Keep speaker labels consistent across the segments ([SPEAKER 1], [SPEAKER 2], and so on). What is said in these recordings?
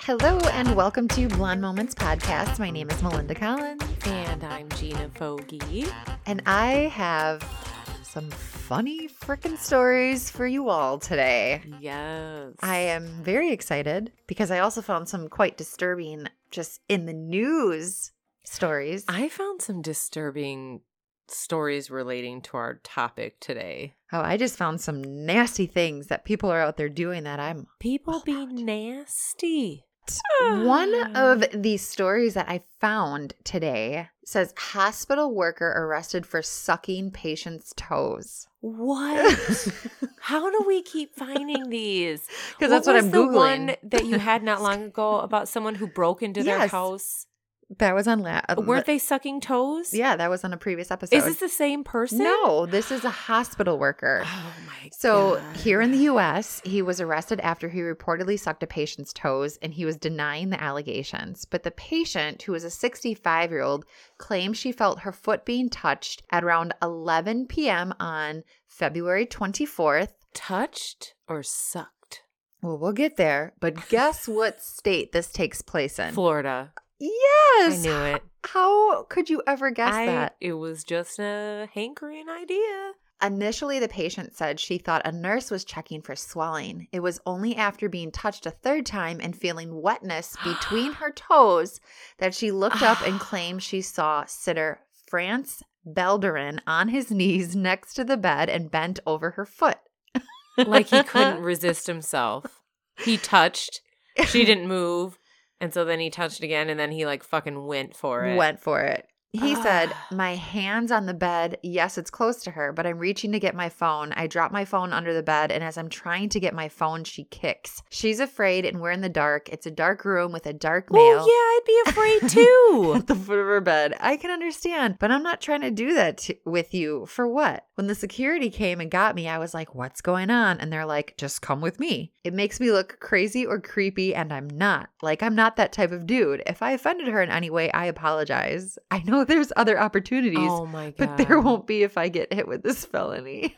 [SPEAKER 1] Hello and welcome to Blonde Moments Podcast. My name is Melinda Collins,
[SPEAKER 2] And I'm Gina Fogie.
[SPEAKER 1] and I have some funny freaking stories for you all today.
[SPEAKER 2] Yes.
[SPEAKER 1] I am very excited because I also found some quite disturbing, just in the news stories.
[SPEAKER 2] I found some disturbing stories relating to our topic today.
[SPEAKER 1] Oh, I just found some nasty things that people are out there doing that I'm
[SPEAKER 2] People be nasty.
[SPEAKER 1] One of the stories that I found today says hospital worker arrested for sucking patient's toes.
[SPEAKER 2] What? How do we keep finding these?
[SPEAKER 1] Because that's what
[SPEAKER 2] was
[SPEAKER 1] I'm
[SPEAKER 2] the
[SPEAKER 1] googling.
[SPEAKER 2] one that you had not long ago about someone who broke into their
[SPEAKER 1] Yes.
[SPEAKER 2] house.
[SPEAKER 1] that was on la- uh,
[SPEAKER 2] Weren't they sucking toes?
[SPEAKER 1] Yeah, that was on a previous episode.
[SPEAKER 2] Is this the same person?
[SPEAKER 1] no? This is a hospital worker.
[SPEAKER 2] Oh my.
[SPEAKER 1] So
[SPEAKER 2] God.
[SPEAKER 1] here in the U.S., he was arrested after he reportedly sucked a patient's toes, and he was denying the allegations. But the patient, who was a 65-year-old, claimed she felt her foot being touched at around 11 p.m. on February 24th.
[SPEAKER 2] touched or sucked.
[SPEAKER 1] Well, we'll get there. But guess what state this takes place in?
[SPEAKER 2] Florida. I
[SPEAKER 1] Yes.
[SPEAKER 2] knew it.
[SPEAKER 1] How could you ever guess
[SPEAKER 2] I-
[SPEAKER 1] that?
[SPEAKER 2] It was just a hankering idea.
[SPEAKER 1] Initially, the patient said she thought a nurse was checking for swelling. It was only after being touched a third time and feeling wetness between her toes that she looked up and claimed she saw sitter France Belderin on his knees next to the bed and bent over her foot.
[SPEAKER 2] Like he couldn't resist himself. He touched. She didn't move. And so then he touched again and then he like fucking went for it.
[SPEAKER 1] Went for it. He said,
[SPEAKER 2] Ah.
[SPEAKER 1] My hands on the bed. Yes, it's close to her, but I'm reaching to get my phone. I drop my phone under the bed, and as I'm trying to get my phone, she kicks. She's afraid, and we're in the dark. It's a dark room with a dark
[SPEAKER 2] Well, Oh, yeah,
[SPEAKER 1] male
[SPEAKER 2] I'd be afraid too.
[SPEAKER 1] at the foot of her bed. I can understand, but I'm not trying to do that t- with you. For what? When the security came and got me, I was like, What's going on? And they're like, Just come with me. It makes me look crazy or creepy, and I'm not. Like, I'm not that type of dude. If I offended her in any way, I apologize. I know there's other opportunities.
[SPEAKER 2] oh my god.
[SPEAKER 1] But there won't be if I get hit with this felony.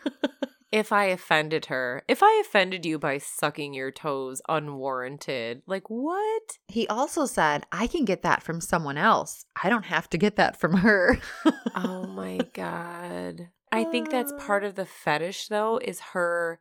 [SPEAKER 2] If I offended her, if I offended you by sucking your toes unwarranted, like what?
[SPEAKER 1] He also said, I can get that from someone else. I don't have to get that from her.
[SPEAKER 2] Oh my god. I think that's part of the fetish though is her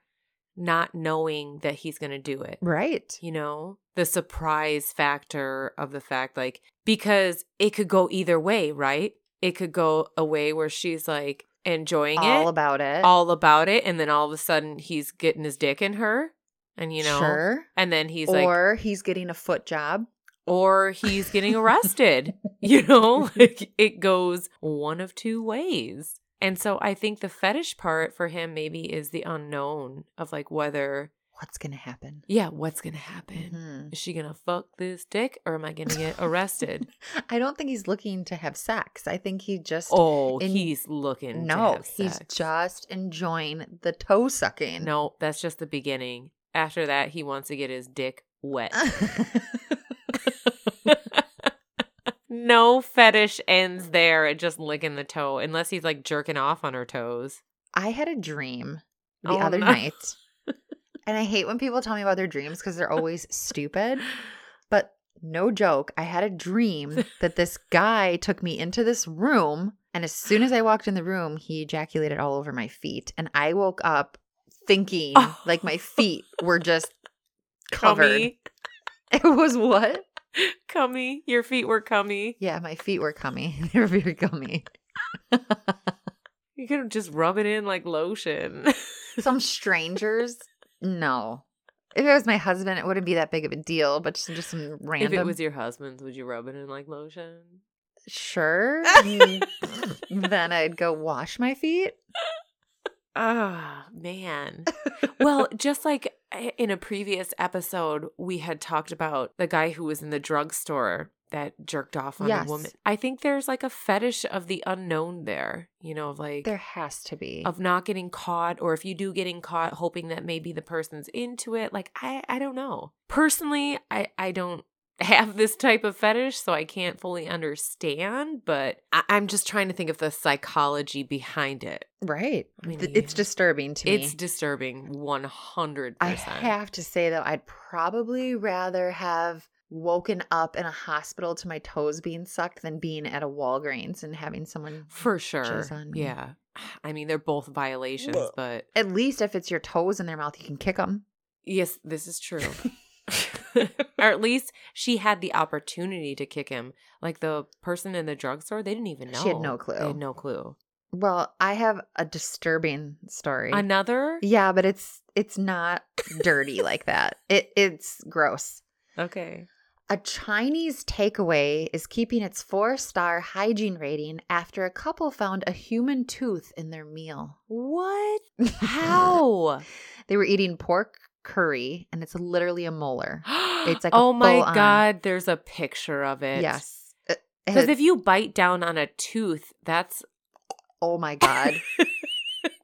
[SPEAKER 2] not knowing that he's going to do it.
[SPEAKER 1] Right.
[SPEAKER 2] you know the surprise factor of the fact like because it could go either way right it could go a way where she's like enjoying
[SPEAKER 1] All
[SPEAKER 2] it
[SPEAKER 1] about it.
[SPEAKER 2] all about it and then all of a sudden he's getting his dick in her and you know
[SPEAKER 1] Sure.
[SPEAKER 2] and then he's like
[SPEAKER 1] or he's getting a foot job.
[SPEAKER 2] or he's getting arrested you know like it goes one of two ways and so i think the fetish part for him maybe is the unknown of like whether
[SPEAKER 1] What's going to happen?
[SPEAKER 2] yeah what's gonna happen
[SPEAKER 1] Mhm.
[SPEAKER 2] Is she gonna fuck this dick or am I gonna get arrested?
[SPEAKER 1] I don't think he's looking to have sex. I think he just.
[SPEAKER 2] oh,
[SPEAKER 1] And-
[SPEAKER 2] he's looking. to
[SPEAKER 1] no,
[SPEAKER 2] have
[SPEAKER 1] he's
[SPEAKER 2] sex.
[SPEAKER 1] just enjoying the toe sucking.
[SPEAKER 2] No, that's just the beginning. After that, he wants to get his dick wet. no fetish ends there at just licking the toe, unless he's like jerking off on her toes.
[SPEAKER 1] I had a dream the
[SPEAKER 2] Oh,
[SPEAKER 1] other
[SPEAKER 2] no.
[SPEAKER 1] night. And I hate when people tell me about their dreams because they're always stupid. But no joke, I had a dream that this guy took me into this room. And as soon as I walked in the room, he ejaculated all over my feet. And I woke up thinking
[SPEAKER 2] Oh.
[SPEAKER 1] like my feet were just covered.
[SPEAKER 2] Cummy,
[SPEAKER 1] It was what?
[SPEAKER 2] cummy. Your feet were cummy.
[SPEAKER 1] Yeah, my feet were cummy. They were very gummy.
[SPEAKER 2] You could have just rub it in like lotion.
[SPEAKER 1] Some strangers? No. If it was my husband, it wouldn't be that big of a deal, but just, just some
[SPEAKER 2] if
[SPEAKER 1] random.
[SPEAKER 2] it was your husband's, would you rub it in like lotion?
[SPEAKER 1] sure, mm, then I'd go wash my feet.
[SPEAKER 2] Oh, man. well, just like eh, in a previous episode, we had talked about the guy who was in the drugstore that jerked off on
[SPEAKER 1] Yes.
[SPEAKER 2] a woman. I think there's like a fetish of the unknown there, you know, of like
[SPEAKER 1] There has to be.
[SPEAKER 2] of not getting caught or if you do getting caught hoping that maybe the person's into it. Like I I don't know. Personally, I I don't have this type of fetish, so I can't fully understand, but I- I'm just trying to think of the psychology behind it.
[SPEAKER 1] Right.
[SPEAKER 2] I mean,
[SPEAKER 1] Th- It's disturbing to me.
[SPEAKER 2] It's disturbing 100%.
[SPEAKER 1] I have to say though, I'd probably rather have woken up in a hospital to my toes being sucked than being at a Walgreens and having someone.
[SPEAKER 2] For sure.
[SPEAKER 1] on me.
[SPEAKER 2] Yeah. I mean, they're both violations,
[SPEAKER 1] Whoa.
[SPEAKER 2] but
[SPEAKER 1] At least if it's your toes in their mouth, you can kick them.
[SPEAKER 2] yes, this is true. or at least she had the opportunity to kick him. Like the person in the drugstore, they didn't even know.
[SPEAKER 1] She had no clue.
[SPEAKER 2] They had no clue.
[SPEAKER 1] Well, I have a disturbing story.
[SPEAKER 2] Another?
[SPEAKER 1] yeah, but it's it's not dirty like that. It it's gross.
[SPEAKER 2] Okay.
[SPEAKER 1] A Chinese takeaway is keeping its four-star hygiene rating after a couple found a human tooth in their meal.
[SPEAKER 2] What? How?
[SPEAKER 1] They were eating pork curry, and it's literally a molar.
[SPEAKER 2] it's
[SPEAKER 1] like a
[SPEAKER 2] oh my
[SPEAKER 1] full-on-
[SPEAKER 2] god, there's a picture of it.
[SPEAKER 1] yes. Uh, It- it
[SPEAKER 2] Because
[SPEAKER 1] had-
[SPEAKER 2] if you bite down on a tooth, that's
[SPEAKER 1] oh my god,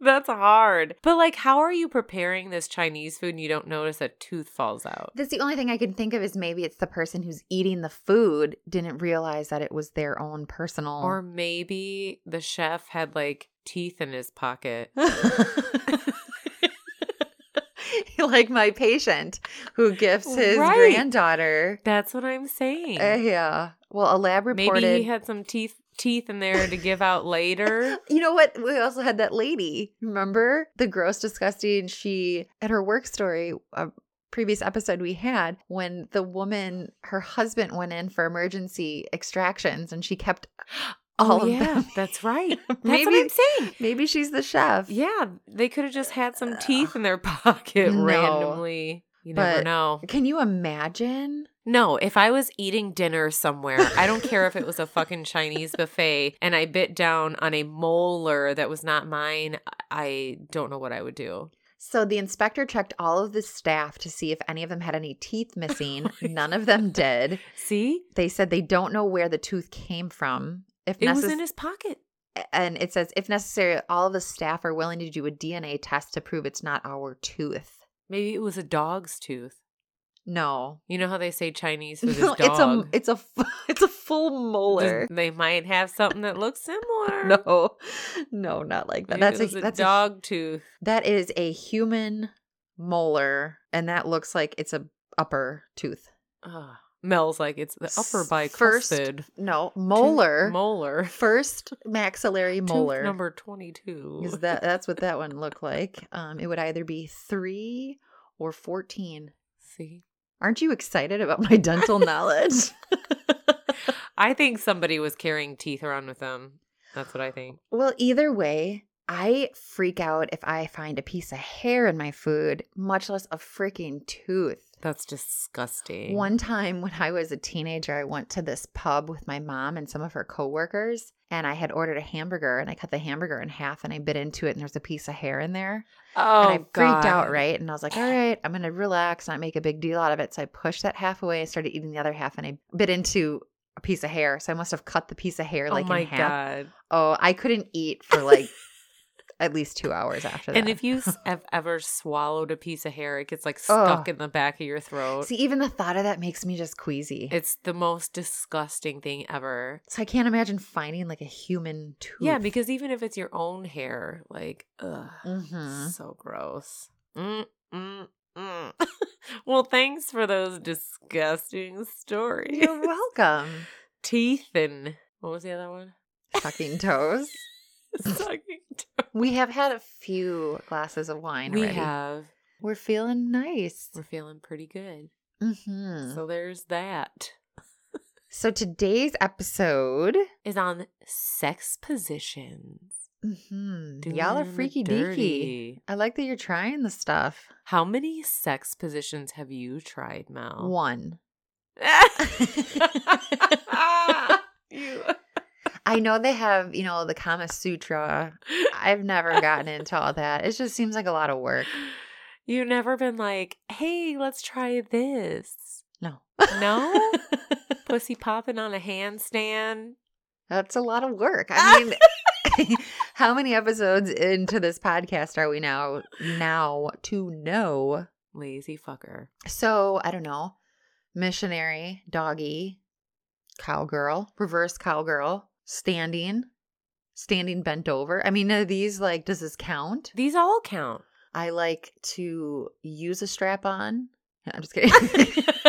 [SPEAKER 2] that's hard. But like, how are you preparing this Chinese food and you don't notice a tooth falls out?
[SPEAKER 1] that's the only thing I can think of is maybe it's the person who's eating the food didn't realize that it was their own personal.
[SPEAKER 2] Or maybe the chef had like teeth in his pocket.
[SPEAKER 1] like my patient who gifts his
[SPEAKER 2] Right.
[SPEAKER 1] granddaughter.
[SPEAKER 2] That's what I'm saying.
[SPEAKER 1] Uh, yeah. Well, a lab reported.
[SPEAKER 2] maybe he had some teeth teeth in there to give out later.
[SPEAKER 1] You know what? We also had that lady. Remember the gross, disgusting? She at her work story. A previous episode we had when the woman, her husband went in for emergency extractions, and she kept all
[SPEAKER 2] oh
[SPEAKER 1] of
[SPEAKER 2] yeah,
[SPEAKER 1] them.
[SPEAKER 2] that's right. That's what I'm
[SPEAKER 1] maybe,
[SPEAKER 2] saying.
[SPEAKER 1] maybe she's the chef.
[SPEAKER 2] Yeah, they could have just had some teeth in their pocket
[SPEAKER 1] No.
[SPEAKER 2] randomly. You never
[SPEAKER 1] But-
[SPEAKER 2] know.
[SPEAKER 1] Can you imagine?
[SPEAKER 2] No, if I was eating dinner somewhere, I don't care if it was a fucking Chinese buffet and I bit down on a molar that was not mine, I don't know what I would do.
[SPEAKER 1] So the inspector checked all of the staff to see if any of them had any
[SPEAKER 2] Oh
[SPEAKER 1] teeth missing. None of them did.
[SPEAKER 2] See?
[SPEAKER 1] They said they don't know where the tooth came from. If
[SPEAKER 2] It was
[SPEAKER 1] necess-
[SPEAKER 2] in his pocket.
[SPEAKER 1] and it says if necessary all of the staff are willing to do a dna test to prove it's not our tooth
[SPEAKER 2] Maybe it was a dog's tooth.
[SPEAKER 1] no
[SPEAKER 2] You know how they say Chinese food is
[SPEAKER 1] no
[SPEAKER 2] dog?
[SPEAKER 1] it's a it's a fu- it's a full
[SPEAKER 2] Just-
[SPEAKER 1] molar
[SPEAKER 2] They might have something that looks similar.
[SPEAKER 1] no no not like that
[SPEAKER 2] Maybe
[SPEAKER 1] that's
[SPEAKER 2] it
[SPEAKER 1] a,
[SPEAKER 2] was a
[SPEAKER 1] that's a,
[SPEAKER 2] dog tooth.
[SPEAKER 1] that is a human molar and that looks like it's a upper tooth
[SPEAKER 2] Ugh. Mel's like it's the upper
[SPEAKER 1] S-
[SPEAKER 2] bicep.
[SPEAKER 1] first no molar
[SPEAKER 2] Molar.
[SPEAKER 1] first maxillary
[SPEAKER 2] Tooth
[SPEAKER 1] molar
[SPEAKER 2] number 22.
[SPEAKER 1] is that that's what that one looked like um it would either be 3 or 14
[SPEAKER 2] See?
[SPEAKER 1] Aren't you excited about my dental knowledge?
[SPEAKER 2] I think somebody was carrying teeth around with them. That's what I think.
[SPEAKER 1] well, either way, I freak out if I find a piece of hair in my food, much less a freaking tooth.
[SPEAKER 2] That's disgusting.
[SPEAKER 1] One time when I was a teenager, I went to this pub with my mom and some of her coworkers, and I had ordered a hamburger and I cut the hamburger in half and I bit into it and there's a piece of hair in there.
[SPEAKER 2] Oh,
[SPEAKER 1] and I freaked out,
[SPEAKER 2] God.
[SPEAKER 1] right? And I was like, all right, I'm going to relax, not make a big deal out of it. So I pushed that half away. I started eating the other half and I bit into a piece of hair. So I must have cut the piece of hair like
[SPEAKER 2] oh my
[SPEAKER 1] in half.
[SPEAKER 2] God.
[SPEAKER 1] Oh, I couldn't eat for like at least two hours after that.
[SPEAKER 2] And if you s- have ever swallowed a piece of hair, it gets like stuck
[SPEAKER 1] Oh.
[SPEAKER 2] in the back of your throat.
[SPEAKER 1] See, even the thought of that makes me just queasy.
[SPEAKER 2] it's the most disgusting thing ever.
[SPEAKER 1] so I can't imagine finding like a human tooth.
[SPEAKER 2] Yeah, because even if it's your own hair, like, ugh,
[SPEAKER 1] Mhm.
[SPEAKER 2] so gross. Mm, mm, mm. well, thanks for those disgusting stories.
[SPEAKER 1] You're welcome.
[SPEAKER 2] Teeth and what was the other one?
[SPEAKER 1] Sucking toes.
[SPEAKER 2] Sucking
[SPEAKER 1] We have had a few glasses of wine
[SPEAKER 2] We
[SPEAKER 1] already.
[SPEAKER 2] have.
[SPEAKER 1] We're feeling nice.
[SPEAKER 2] We're feeling pretty good.
[SPEAKER 1] Mm-hmm.
[SPEAKER 2] So there's that.
[SPEAKER 1] So today's episode,
[SPEAKER 2] Is on sex positions.
[SPEAKER 1] mhm, y'all are
[SPEAKER 2] Doing 'em
[SPEAKER 1] freaky deaky.
[SPEAKER 2] dirty.
[SPEAKER 1] I like that you're trying the stuff.
[SPEAKER 2] How many sex positions have you tried, Mel?
[SPEAKER 1] One.
[SPEAKER 2] Ah, you.
[SPEAKER 1] I know they have, you know, the Kama Sutra. I've never gotten into all that. It just seems like a lot of work.
[SPEAKER 2] You've never been like, hey, let's try this.
[SPEAKER 1] No.
[SPEAKER 2] No? Pussy popping on a handstand.
[SPEAKER 1] That's a lot of work. I mean, how many episodes into this podcast are we now now to know?
[SPEAKER 2] Lazy fucker.
[SPEAKER 1] So, I don't know. missionary, doggy, cowgirl, reverse cowgirl, standing, standing bent over. I mean, are these like, does this count?
[SPEAKER 2] These all count.
[SPEAKER 1] I like to use a strap on. I'm just kidding.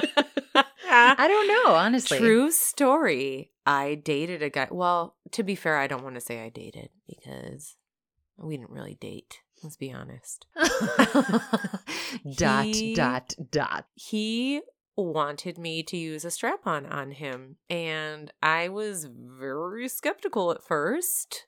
[SPEAKER 1] I don't know, honestly.
[SPEAKER 2] True story. I dated a guy. Well, to be fair, I don't want to say I dated because we didn't really date. Let's be honest.
[SPEAKER 1] dot,
[SPEAKER 2] He-
[SPEAKER 1] dot, dot.
[SPEAKER 2] He wanted me to use a strap on on him, and I was very skeptical at 1st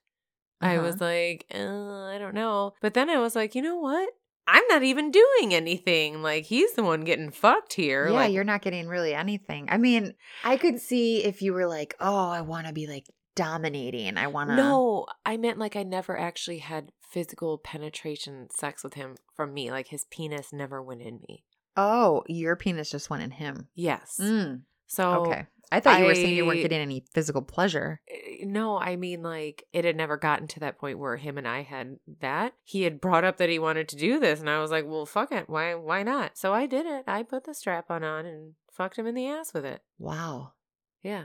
[SPEAKER 2] I
[SPEAKER 1] Uh-huh.
[SPEAKER 2] was like, uh, I don't know. But then I was like, you know what? I'm not even doing anything. Like he's the one getting fucked here.
[SPEAKER 1] yeah,
[SPEAKER 2] like,
[SPEAKER 1] you're not getting really anything. I mean, I could see if you were like, oh, I want to be like dominating. I want to.
[SPEAKER 2] No, I meant like I never actually had physical penetration sex with him from me. Like his penis never went in me.
[SPEAKER 1] Oh, your penis just went in him.
[SPEAKER 2] Yes.
[SPEAKER 1] Mm,
[SPEAKER 2] So
[SPEAKER 1] okay. I thought you were saying you weren't
[SPEAKER 2] Oh, I-
[SPEAKER 1] getting any physical pleasure.
[SPEAKER 2] eh, no, I mean like it had never gotten to that point where him and I had that. He had brought up that he wanted to do this and I was like, "Well, fuck it. Why why not?" So I did it. I put the strap on on and fucked him in the ass with it.
[SPEAKER 1] Wow.
[SPEAKER 2] Yeah.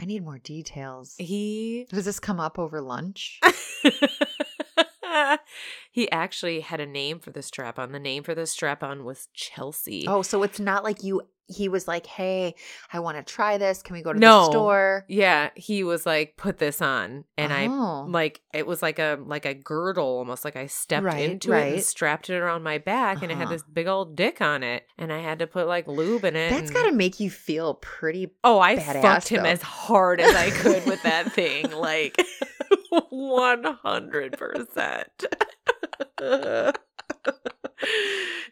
[SPEAKER 1] I need more details.
[SPEAKER 2] He
[SPEAKER 1] Does this come up over lunch?
[SPEAKER 2] he actually had a name for the strap on. The name for the strap on was Chelsea.
[SPEAKER 1] oh, so it's not like you. He was like, "Hey, I want to try this. Can we go to the
[SPEAKER 2] No.
[SPEAKER 1] store?"
[SPEAKER 2] Yeah, he was like, put this on. And I
[SPEAKER 1] Oh.
[SPEAKER 2] like it was like a like a girdle almost like I stepped
[SPEAKER 1] Right,
[SPEAKER 2] into it
[SPEAKER 1] right.
[SPEAKER 2] and strapped it around my back and it had
[SPEAKER 1] Uh-huh.
[SPEAKER 2] this big old dick on it. And I had to put like lube in it.
[SPEAKER 1] That's
[SPEAKER 2] and-
[SPEAKER 1] got to make you feel pretty.
[SPEAKER 2] Oh, I
[SPEAKER 1] badass,
[SPEAKER 2] fucked him
[SPEAKER 1] though.
[SPEAKER 2] as hard as I could with that thing. Like one hundred percent.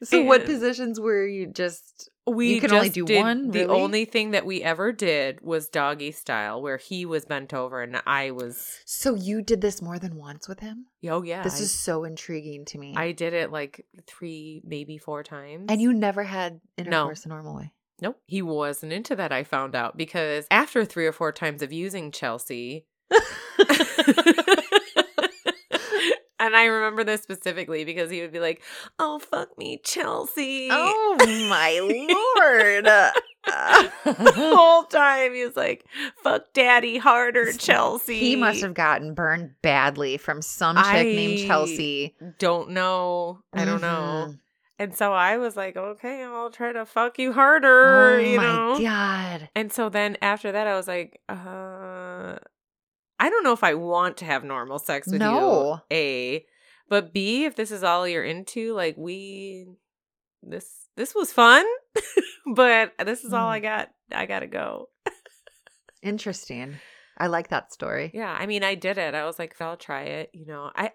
[SPEAKER 1] So, what
[SPEAKER 2] And-
[SPEAKER 1] positions were you just?
[SPEAKER 2] We
[SPEAKER 1] You can only
[SPEAKER 2] just
[SPEAKER 1] do
[SPEAKER 2] did-
[SPEAKER 1] one,
[SPEAKER 2] The
[SPEAKER 1] really?
[SPEAKER 2] only thing that we ever did was doggy style, where he was bent over and I was.
[SPEAKER 1] So you did this more than once with him.
[SPEAKER 2] Oh yeah,
[SPEAKER 1] this
[SPEAKER 2] I,
[SPEAKER 1] is so intriguing to me.
[SPEAKER 2] I did it like three, maybe four times.
[SPEAKER 1] and you never had intercourse the normal way.
[SPEAKER 2] Nope, he wasn't into that. I found out because after three or four times of using Chelsea, and I remember this specifically because he would be like, "Oh fuck me, Chelsea."
[SPEAKER 1] Oh my lord!
[SPEAKER 2] the whole time he was like, "Fuck daddy harder,
[SPEAKER 1] S-
[SPEAKER 2] Chelsea."
[SPEAKER 1] He must have gotten burned badly from some chick named
[SPEAKER 2] I- Mm-hmm.
[SPEAKER 1] Chelsea.
[SPEAKER 2] don't know. I don't
[SPEAKER 1] Mm-hmm.
[SPEAKER 2] know. And so I was like, okay, I'll try to fuck you harder,
[SPEAKER 1] Oh
[SPEAKER 2] you
[SPEAKER 1] my
[SPEAKER 2] know.
[SPEAKER 1] god.
[SPEAKER 2] And so then after that, I was like, uh, I don't know if I want to have normal sex with
[SPEAKER 1] No.
[SPEAKER 2] you. A, but B, if this is all you're into, like we, this this was fun, but this is all I got. I gotta go.
[SPEAKER 1] Interesting. I like that story.
[SPEAKER 2] Yeah, I mean, I did it. I was like, I'll try it. You know, I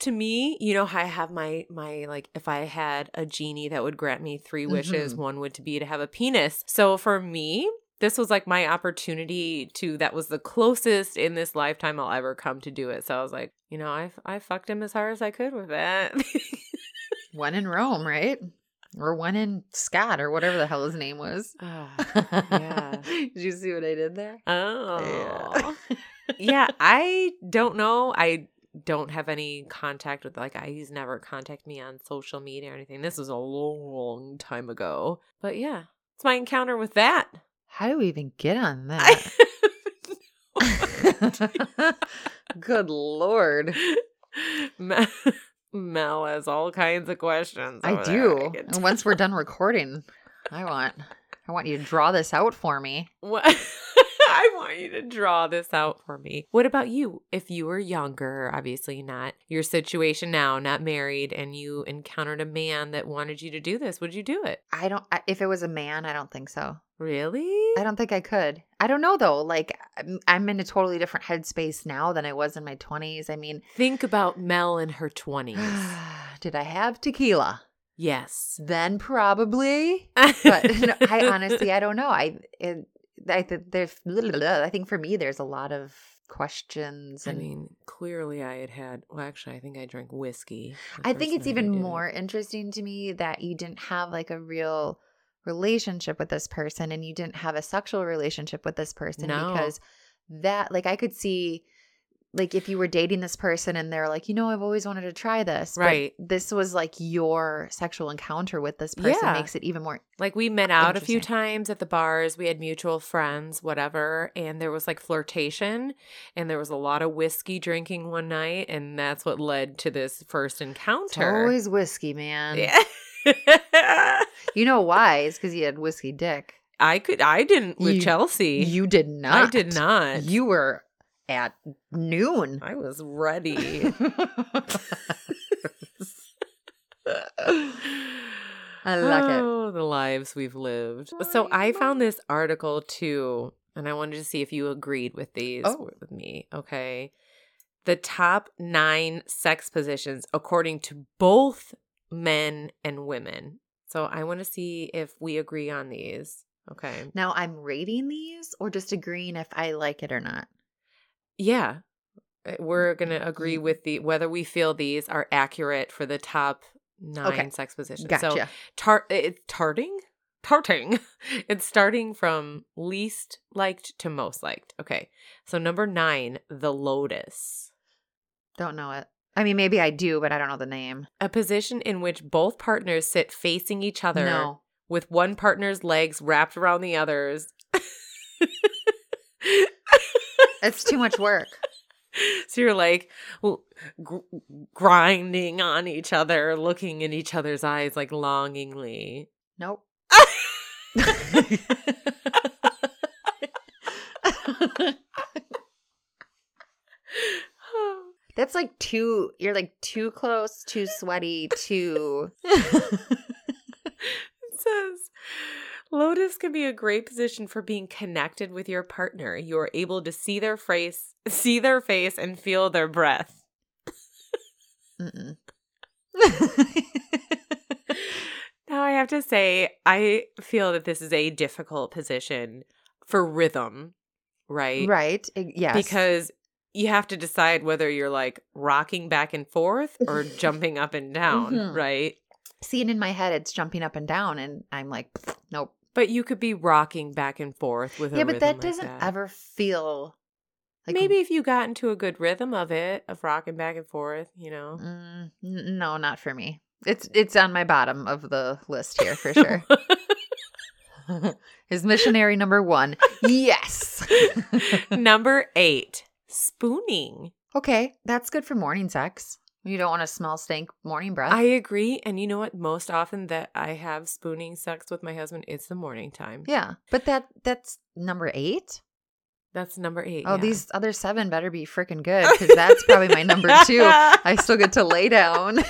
[SPEAKER 2] to me, you know, how I have my my like, if I had a genie that would grant me three wishes,
[SPEAKER 1] Mhm.
[SPEAKER 2] one would to be to have a penis. So for me, this was like my opportunity to. That was the closest in this lifetime I'll ever come to do it. So I was like, you know, I I fucked him as hard as I could with that.
[SPEAKER 1] One in Rome, right? Or one in Scott or whatever the hell his name was.
[SPEAKER 2] Ah,
[SPEAKER 1] yeah. Did you see what I did there?
[SPEAKER 2] oh. yeah, I don't know. I don't have any contact with like I he's never contacted me on social media or anything. This was a long, long time ago. But yeah, it's my encounter with that.
[SPEAKER 1] How do we even get on
[SPEAKER 2] I-
[SPEAKER 1] that? Good lord.
[SPEAKER 2] Mel- Mel has all kinds of questions.
[SPEAKER 1] I
[SPEAKER 2] over there.
[SPEAKER 1] do.
[SPEAKER 2] can
[SPEAKER 1] And once we're done recording, I want I want you to draw this out for me.
[SPEAKER 2] What? I want you to draw this out for me. What about you? If you were younger, obviously not your situation now, not married, and you encountered a man that wanted you to do this, would you do it?
[SPEAKER 1] I don't I, if it was a man, I don't think so.
[SPEAKER 2] Really?
[SPEAKER 1] I don't think I could. I don't know though. Like I'm, I'm in a totally different headspace now than I was in my 20s. I mean,
[SPEAKER 2] Think about Mel in her 20s.
[SPEAKER 1] did I have tequila?
[SPEAKER 2] yes.
[SPEAKER 1] Then probably. But no, I honestly, I don't know. I it, I think there's I think for me there's a lot of questions
[SPEAKER 2] I
[SPEAKER 1] and
[SPEAKER 2] mean, clearly I had had, well, actually, I think I drank whiskey. the
[SPEAKER 1] I think it's
[SPEAKER 2] first night I
[SPEAKER 1] even
[SPEAKER 2] did it.
[SPEAKER 1] more interesting to me that you didn't have like a real relationship with this person and you didn't have a sexual relationship with this person
[SPEAKER 2] No.
[SPEAKER 1] because that like I could see like if you were dating this person and they're like, you know, I've always wanted to try this. but
[SPEAKER 2] Right.
[SPEAKER 1] this was like your sexual encounter with this person
[SPEAKER 2] Yeah.
[SPEAKER 1] makes it even more
[SPEAKER 2] Like we met out a few
[SPEAKER 1] Interesting.
[SPEAKER 2] times at the bars. We had mutual friends, whatever, and there was like flirtation and there was a lot of whiskey drinking one night and that's what led to this first
[SPEAKER 1] it's
[SPEAKER 2] encounter.
[SPEAKER 1] always whiskey, man.
[SPEAKER 2] yeah.
[SPEAKER 1] You know why? It's because you had whiskey dick.
[SPEAKER 2] I could I didn't with
[SPEAKER 1] You-
[SPEAKER 2] Chelsea.
[SPEAKER 1] You did not.
[SPEAKER 2] I did not.
[SPEAKER 1] You were at noon.
[SPEAKER 2] I was ready.
[SPEAKER 1] I like it. Mm-hmm.
[SPEAKER 2] oh, the lives we've lived. So I found this article too, and I wanted to see if you agreed with these
[SPEAKER 1] Oh.
[SPEAKER 2] with me. Okay. The top nine sex positions according to both men and women. So I want to see if we agree on these. Okay.
[SPEAKER 1] Now I'm rating these or just agreeing if I like it or not.
[SPEAKER 2] Yeah. Uh, We're going to agree
[SPEAKER 1] Mm-hmm.
[SPEAKER 2] with the whether we feel these are accurate for the top nine
[SPEAKER 1] Okay.
[SPEAKER 2] sex positions. So
[SPEAKER 1] Gotcha.
[SPEAKER 2] tar- it's tarting tarting it's starting from least liked to most liked okay so number nine the lotus
[SPEAKER 1] Don't know it. I mean, maybe I do, but I don't know the name.
[SPEAKER 2] a position in which both partners sit facing each other
[SPEAKER 1] No.
[SPEAKER 2] with one partner's legs wrapped around the other's
[SPEAKER 1] It's too much work.
[SPEAKER 2] so you're like gr- grinding on each other looking in each other's eyes like longingly
[SPEAKER 1] Nope. That's like too, you're like too close, too sweaty, too.
[SPEAKER 2] It says Lotus can be a great position for being connected with your partner. You are able to see their face, see their face and feel their breath.
[SPEAKER 1] Mm-mm.
[SPEAKER 2] Now I have to say, I feel that this is a difficult position for rhythm, right?
[SPEAKER 1] right? It- Yes.
[SPEAKER 2] Because you have to decide whether you're like rocking back and forth or jumping up and down,
[SPEAKER 1] Mhm.
[SPEAKER 2] right?
[SPEAKER 1] seeing in my head, it's jumping up and down, and I'm like, nope.
[SPEAKER 2] But you could be rocking back and forth with a
[SPEAKER 1] yeah, but
[SPEAKER 2] rhythm
[SPEAKER 1] that
[SPEAKER 2] like
[SPEAKER 1] doesn't ever feel like
[SPEAKER 2] Maybe if you got into a good rhythm of it, of rocking back and forth, you know.
[SPEAKER 1] Mm, n- no, not for me. It's it's on my bottom of the list here for sure. Is missionary number one? Yes.
[SPEAKER 2] Number eight, spooning.
[SPEAKER 1] okay, that's good for morning sex. You don't want to smell stink morning breath.
[SPEAKER 2] I agree. And you know what? Most often that I have spooning sex with my husband, it's the morning time.
[SPEAKER 1] yeah, but that that's number eight.
[SPEAKER 2] That's number eight.
[SPEAKER 1] Oh,
[SPEAKER 2] yeah.
[SPEAKER 1] these other seven better be freaking good because that's probably my number two. I still get to lay down.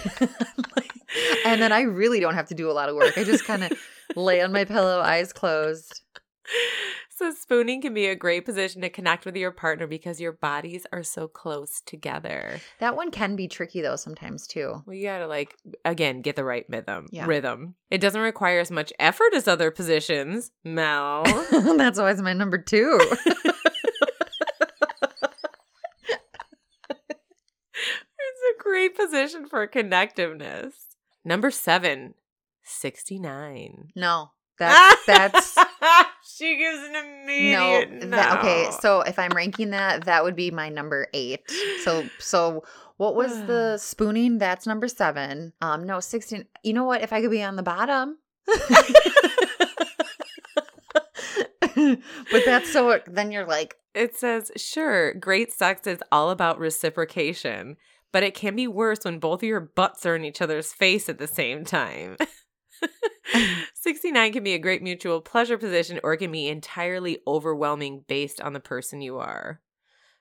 [SPEAKER 1] and then I really don't have to do a lot of work. I just kind of lay on my pillow, eyes closed.
[SPEAKER 2] So spooning can be a great position to connect with your partner because your bodies are so close together.
[SPEAKER 1] That one can be tricky though sometimes too.
[SPEAKER 2] Well, you gotta like again get the right rhythm.
[SPEAKER 1] Yeah.
[SPEAKER 2] Rhythm. It doesn't require as much effort as other positions. Mel.
[SPEAKER 1] That's always my number two.
[SPEAKER 2] It's a great position for connectiveness. Number seven, 69.
[SPEAKER 1] No, that's that's
[SPEAKER 2] she gives an
[SPEAKER 1] no,
[SPEAKER 2] immediate no.
[SPEAKER 1] that- okay. So if I'm ranking that, that would be my number eight. So so what was the spooning? That's number seven. Um, no, sixteen. You know what? If I could be on the bottom, but that's so. Then you're like,
[SPEAKER 2] it says, sure, great sex is all about reciprocation, but it can be worse when both of your butts are in each other's face at the same time. 69 can be a great mutual pleasure position or it can be entirely overwhelming based on the person you are.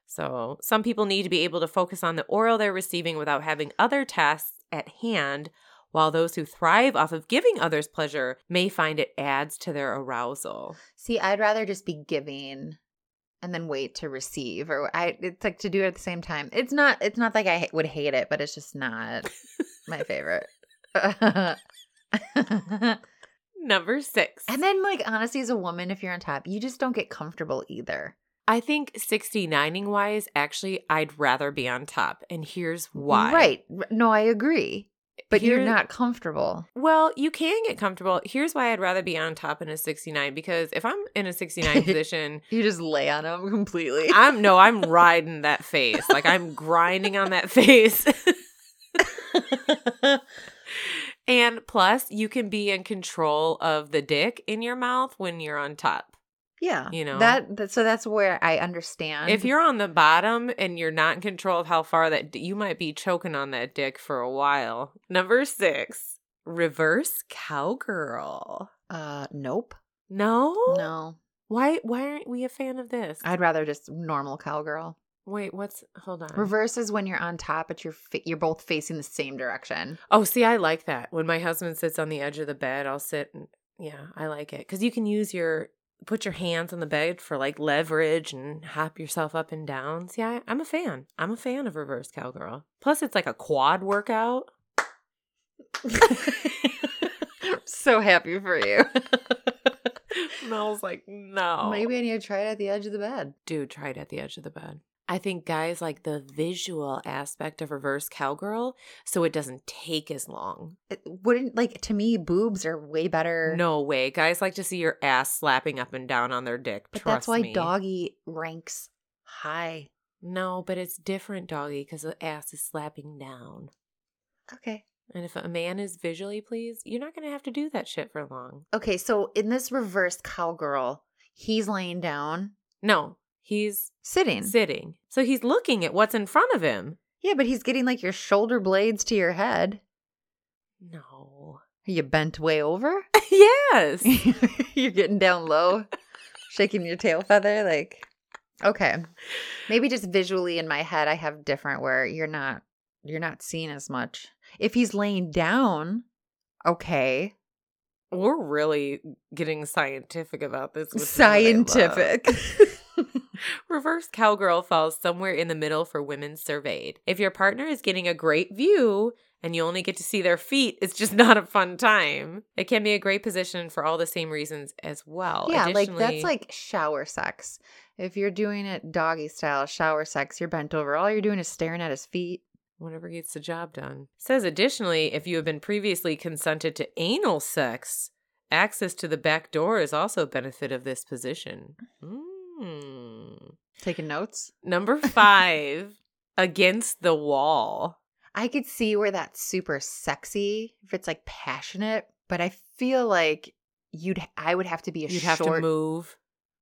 [SPEAKER 2] So, some people need to be able to focus on the oral they're receiving without having other tasks at hand, while those who thrive off of giving others pleasure may find it adds to their arousal.
[SPEAKER 1] see, I'd rather just be giving. And then wait to receive, or I. It's like to do it at the same time. It's not. It's not like I ha- would hate it, but it's just not my favorite.
[SPEAKER 2] Number six.
[SPEAKER 1] And then, like, honestly, as a woman, if you're on top, you just don't get comfortable either.
[SPEAKER 2] I think 69ing wise, actually, I'd rather be on top. And here's why.
[SPEAKER 1] Right. R- No, I agree. But you're
[SPEAKER 2] Here-
[SPEAKER 1] not comfortable.
[SPEAKER 2] Well, you can get comfortable. Here's why I'd rather be on top in a 69 because if I'm in a 69 position,
[SPEAKER 1] You just lay on them completely.
[SPEAKER 2] I'm no, I'm riding that face. Like I'm grinding on that face. and plus, you can be in control of the dick in your mouth when you're on top.
[SPEAKER 1] yeah.
[SPEAKER 2] you know.
[SPEAKER 1] That, that so that's where I understand.
[SPEAKER 2] If you're on the bottom and you're not in control of how far that you might be choking on that dick for a while. Number 6, reverse cowgirl.
[SPEAKER 1] uh nope.
[SPEAKER 2] No?
[SPEAKER 1] No.
[SPEAKER 2] Why why aren't we a fan of this?
[SPEAKER 1] I'd rather just normal cowgirl.
[SPEAKER 2] Wait, what's hold on.
[SPEAKER 1] Reverse is when you're on top, but you're fa- you're both facing the same direction.
[SPEAKER 2] Oh, see, I like that. When my husband sits on the edge of the bed, I'll sit and yeah, I like it because you can use your put your hands on the bed for like leverage and hop yourself up and down. See, I, I'm a fan. I'm a fan of reverse cowgirl. Plus, it's like a quad workout.
[SPEAKER 1] so happy for you.
[SPEAKER 2] Mel's like, no,
[SPEAKER 1] Maybe I need to try it at the edge of the bed.
[SPEAKER 2] dude, try it at the edge of the bed. I think guys like the visual aspect of reverse cowgirl, so it doesn't take as long.
[SPEAKER 1] It wouldn't like to me boobs are way better.
[SPEAKER 2] No way, guys like to see your ass slapping up and down on their dick.
[SPEAKER 1] but
[SPEAKER 2] Trust
[SPEAKER 1] that's why
[SPEAKER 2] me.
[SPEAKER 1] doggy ranks high.
[SPEAKER 2] No, but it's different, doggy, because the ass is slapping down.
[SPEAKER 1] Okay.
[SPEAKER 2] And if a man is visually pleased, you're not going to have to do that shit for long.
[SPEAKER 1] Okay, so in this reverse cowgirl, he's laying down,
[SPEAKER 2] No, he's
[SPEAKER 1] sitting.
[SPEAKER 2] sitting. So he's looking at what's in front of him.
[SPEAKER 1] yeah, but he's getting like your shoulder blades to your head.
[SPEAKER 2] No.
[SPEAKER 1] Are you bent way over?
[SPEAKER 2] yes.
[SPEAKER 1] You're getting down low, shaking your tail feather. Like, okay, maybe just visually in my head, I have different where you're not you're not seeing as much. If he's laying down, okay,
[SPEAKER 2] We're really getting scientific about this. with somebody I love.
[SPEAKER 1] scientific.
[SPEAKER 2] Reverse cowgirl falls somewhere in the middle for women surveyed. If your partner is getting a great view and you only get to see their feet, it's just not a fun time. It can be a great position for all the same reasons as well.
[SPEAKER 1] yeah, like
[SPEAKER 2] Additionally-
[SPEAKER 1] that's like shower sex. If you're doing it doggy style, shower sex, you're bent over. All you're doing is staring at his feet.
[SPEAKER 2] whatever gets the job done. Says additionally, if you have been previously consented to anal sex, access to the back door is also a benefit of this position. Mm.
[SPEAKER 1] Taking notes.
[SPEAKER 2] Number five, against the wall.
[SPEAKER 1] I could see where that's super sexy if it's like passionate, but I feel like you'd I would have to be a
[SPEAKER 2] You'd
[SPEAKER 1] short.
[SPEAKER 2] have to move.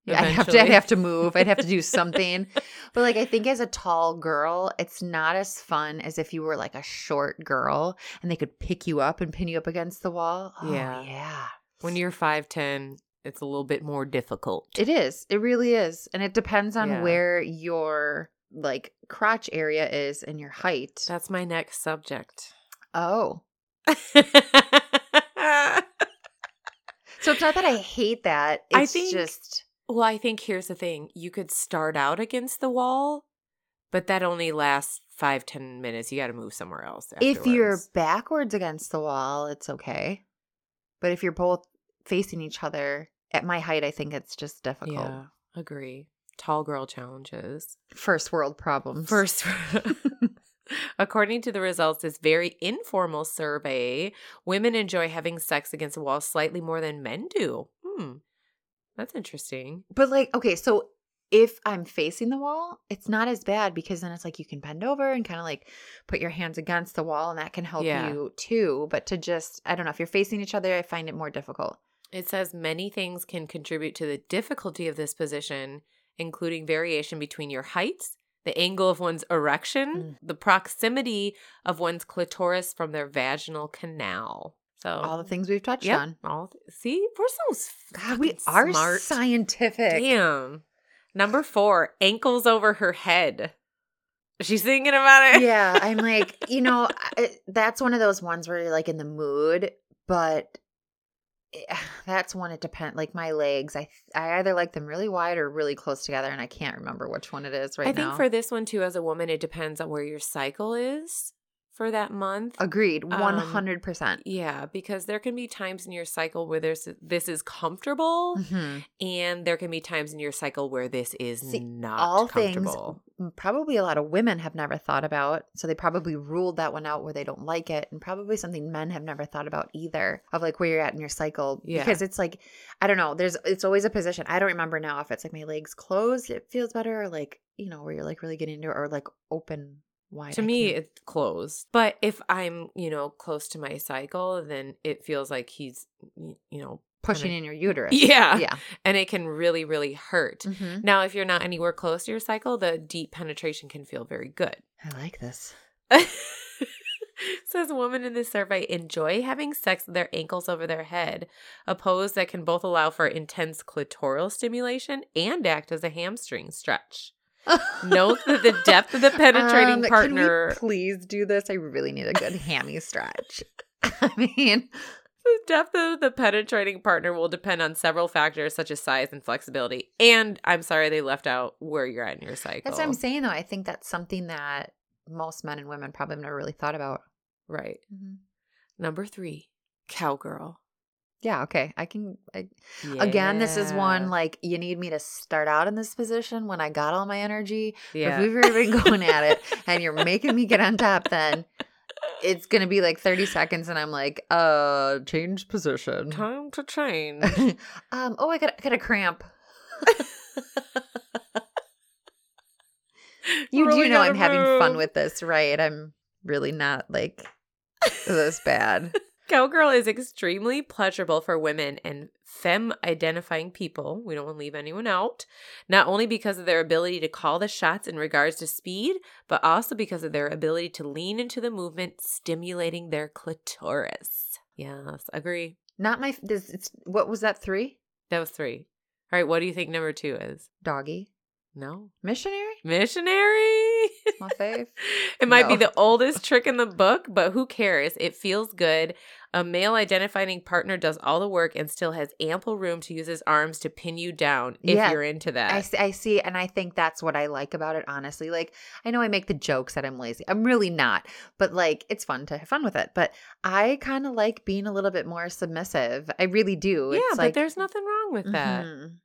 [SPEAKER 1] Yeah, I'd have to. I'd
[SPEAKER 2] eventually.
[SPEAKER 1] have to move. I'd have to do something. but like I think as a tall girl, it's not as fun as if you were like a short girl and they could pick you up and pin you up against the wall. Oh,
[SPEAKER 2] Yeah.
[SPEAKER 1] yeah.
[SPEAKER 2] When you're 5'10, it's a little bit more difficult.
[SPEAKER 1] It is. It really is, and it depends on
[SPEAKER 2] Yeah.
[SPEAKER 1] where your like crotch area is and your height.
[SPEAKER 2] That's my next subject.
[SPEAKER 1] Oh. So it's not that I hate that. It's
[SPEAKER 2] I think-
[SPEAKER 1] just
[SPEAKER 2] well, I think here's the thing you could start out against the wall, but that only lasts five, 10 minutes. You got to move somewhere else.
[SPEAKER 1] if you're
[SPEAKER 2] afterwards.
[SPEAKER 1] backwards against the wall, it's okay. But if you're both facing each other at my height, I think it's just difficult.
[SPEAKER 2] Yeah, agree. Tall girl challenges.
[SPEAKER 1] First world problems.
[SPEAKER 2] First, according to the results, this very informal survey, women enjoy having sex against the wall slightly more than men do. Hmm. That's interesting.
[SPEAKER 1] But like, okay, so if I'm facing the wall, it's not as bad because then it's like you can bend over and kind of like put your hands against the wall and that can help
[SPEAKER 2] Yeah.
[SPEAKER 1] you too. But to just, I don't know, if you're facing each other, I find it more difficult.
[SPEAKER 2] It says many things can contribute to the difficulty of this position, including variation between your heights, the angle of one's erection, the proximity of one's clitoris from their vaginal canal. So,
[SPEAKER 1] All the things we've touched
[SPEAKER 2] Oh. yep,
[SPEAKER 1] on.
[SPEAKER 2] all th- see, we're so s-
[SPEAKER 1] God, we
[SPEAKER 2] fucking
[SPEAKER 1] are
[SPEAKER 2] smart.
[SPEAKER 1] scientific.
[SPEAKER 2] Damn. Number four, ankles over her head. She's thinking about it.
[SPEAKER 1] yeah, I'm like, you know, I, that's one of those ones where you're like in the mood, but eh, that's one it depends. Like my legs, I I either like them really wide or really close together, and I can't remember which one it is right
[SPEAKER 2] I think
[SPEAKER 1] now.
[SPEAKER 2] for this one too, as a woman, it depends on where your cycle is. for that month.
[SPEAKER 1] Agreed.
[SPEAKER 2] Um,
[SPEAKER 1] 100%.
[SPEAKER 2] Yeah, because there can be times in your cycle where there's this is comfortable,
[SPEAKER 1] Mhm.
[SPEAKER 2] and there can be times in your cycle where this is
[SPEAKER 1] See,
[SPEAKER 2] not
[SPEAKER 1] all things-
[SPEAKER 2] comfortable.
[SPEAKER 1] Probably a lot of women have never thought about. So they probably ruled that one out where they don't like it. And probably something men have never thought about either of like where you're at in your cycle.
[SPEAKER 2] Yeah.
[SPEAKER 1] Because it's like, I don't know, there's, it's always a position. I don't remember now if it's like my legs closed, it feels better, or like, you know, where you're like really getting into it, or like open wide.
[SPEAKER 2] To
[SPEAKER 1] I
[SPEAKER 2] me,
[SPEAKER 1] can't-
[SPEAKER 2] it's closed. But if I'm, you know, close to my cycle, then it feels like he's, you know,
[SPEAKER 1] pushing in your uterus.
[SPEAKER 2] yeah,
[SPEAKER 1] Yeah.
[SPEAKER 2] and it can really, really hurt.
[SPEAKER 1] Mhm.
[SPEAKER 2] Now, if you're not anywhere close to your cycle, the deep penetration can feel very good.
[SPEAKER 1] I like this.
[SPEAKER 2] Says a woman in this survey, enjoy having sex with their ankles over their head, a pose that can both allow for intense clitoral stimulation and act as a hamstring stretch. Note that the depth of the penetrating
[SPEAKER 1] Um, can we
[SPEAKER 2] partner,
[SPEAKER 1] please do this. I really need a good hammy stretch. I mean,
[SPEAKER 2] the depth of the penetrating partner will depend on several factors such as size and flexibility. And I'm sorry they left out where you're at in your cycle.
[SPEAKER 1] that's what I'm saying, though. I think that's something that most men and women probably have never really thought about.
[SPEAKER 2] Right. Number three, cowgirl.
[SPEAKER 1] Yeah. Okay. I can. I, Again, this is one
[SPEAKER 2] Yeah.
[SPEAKER 1] like you need me to start out in this position when I got all my energy. But
[SPEAKER 2] yeah.
[SPEAKER 1] If we've already been going at it and you're making me get on top, then it's gonna be like 30 seconds, and I'm like, uh, change position.
[SPEAKER 2] time to change.
[SPEAKER 1] um. Oh, I got I got a cramp. You
[SPEAKER 2] Really
[SPEAKER 1] do know
[SPEAKER 2] gotta
[SPEAKER 1] I'm having fun
[SPEAKER 2] move.
[SPEAKER 1] with this, right? I'm really not like this bad.
[SPEAKER 2] Cowgirl is extremely pleasurable for women and femme identifying people. We don't want to leave anyone out. Not only because of their ability to call the shots in regards to speed, but also because of their ability to lean into the movement, stimulating their clitoris. Yes, agree.
[SPEAKER 1] Not my this it's what was that three?
[SPEAKER 2] That was three. All right, what do you think number two is?
[SPEAKER 1] Doggy.
[SPEAKER 2] No.
[SPEAKER 1] Missionary?
[SPEAKER 2] Missionary.
[SPEAKER 1] My fave.
[SPEAKER 2] It might be
[SPEAKER 1] No.
[SPEAKER 2] the oldest trick in the book, but who cares? It feels good. A male identifying partner does all the work and still has ample room to use his arms to pin you down if
[SPEAKER 1] Yeah.
[SPEAKER 2] you're into that.
[SPEAKER 1] I see, I see, and I think that's what I like about it, honestly. Like, I know I make the jokes that I'm lazy. I'm really not, but like, it's fun to have fun with it. But I kind of like being a little bit more submissive. I really do.
[SPEAKER 2] yeah,
[SPEAKER 1] it's
[SPEAKER 2] but
[SPEAKER 1] like,
[SPEAKER 2] there's nothing wrong with that.
[SPEAKER 1] Mhm.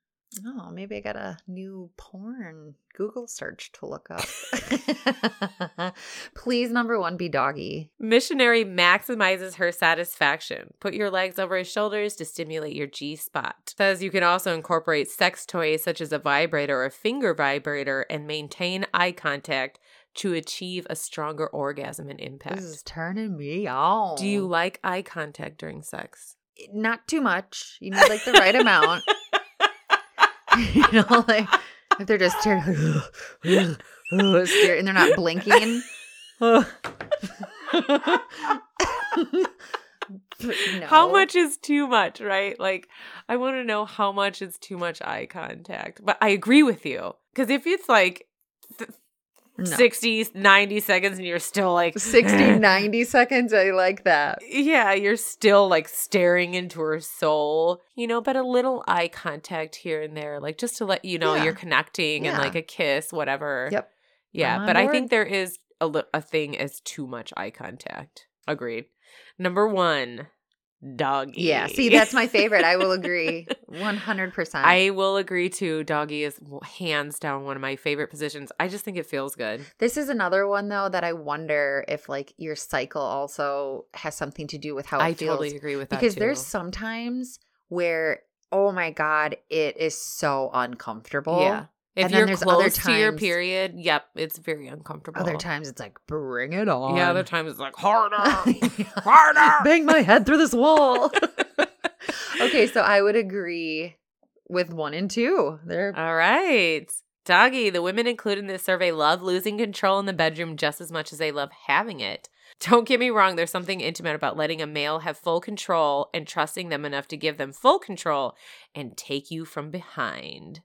[SPEAKER 1] Oh, maybe I got a new porn Google search to look up. Please, number one, be doggy.
[SPEAKER 2] Missionary maximizes her satisfaction. Put your legs over his shoulders to stimulate your G spot. Says you can also incorporate sex toys such as a vibrator or a finger vibrator and maintain eye contact to achieve a stronger orgasm and impact.
[SPEAKER 1] This is turning me on.
[SPEAKER 2] Do you like eye contact during sex?
[SPEAKER 1] not too much? You need like the right amount. you know, like if they're just staring, and they're not blinking. No.
[SPEAKER 2] How much is too much, right? Like, I want to know how much is too much eye contact. But I agree with you. Because if it's like
[SPEAKER 1] No.
[SPEAKER 2] 60, 90 seconds and you're still like
[SPEAKER 1] 60, 90 seconds. I like that.
[SPEAKER 2] Yeah, you're still like staring into her soul, you know, but a little eye contact here and there, like just to let you know
[SPEAKER 1] Yeah.
[SPEAKER 2] you're connecting and
[SPEAKER 1] Yeah.
[SPEAKER 2] like a kiss, whatever.
[SPEAKER 1] Yep. I'm
[SPEAKER 2] Yeah,
[SPEAKER 1] on
[SPEAKER 2] but I
[SPEAKER 1] board.
[SPEAKER 2] think there is a, li- a thing as too much eye contact. Agreed. Number one, doggy.
[SPEAKER 1] Yeah, see, that's my favorite. I will agree 100%.
[SPEAKER 2] I will agree too. Doggy is w- hands down one of my favorite positions. I just think it feels good.
[SPEAKER 1] this is another one, though, that I wonder if like your cycle also has something to do with how Oh, it
[SPEAKER 2] I
[SPEAKER 1] feels.
[SPEAKER 2] totally agree with that
[SPEAKER 1] because
[SPEAKER 2] too.
[SPEAKER 1] there's sometimes where, oh my God, it is so uncomfortable.
[SPEAKER 2] yeah. If
[SPEAKER 1] and then
[SPEAKER 2] you're
[SPEAKER 1] there's
[SPEAKER 2] close
[SPEAKER 1] other
[SPEAKER 2] to your
[SPEAKER 1] times-
[SPEAKER 2] period, yep, it's very uncomfortable.
[SPEAKER 1] Other times it's like, bring it on.
[SPEAKER 2] Yeah, other times it's like harder,
[SPEAKER 1] time.
[SPEAKER 2] harder.
[SPEAKER 1] Bang my head through this wall. okay, so I would agree with one and two. They're
[SPEAKER 2] All right. Doggy, the women included in this survey love losing control in the bedroom just as much as they love having it. Don't get me wrong, there's something intimate about letting a male have full control and trusting them enough to give them full control and take you from behind.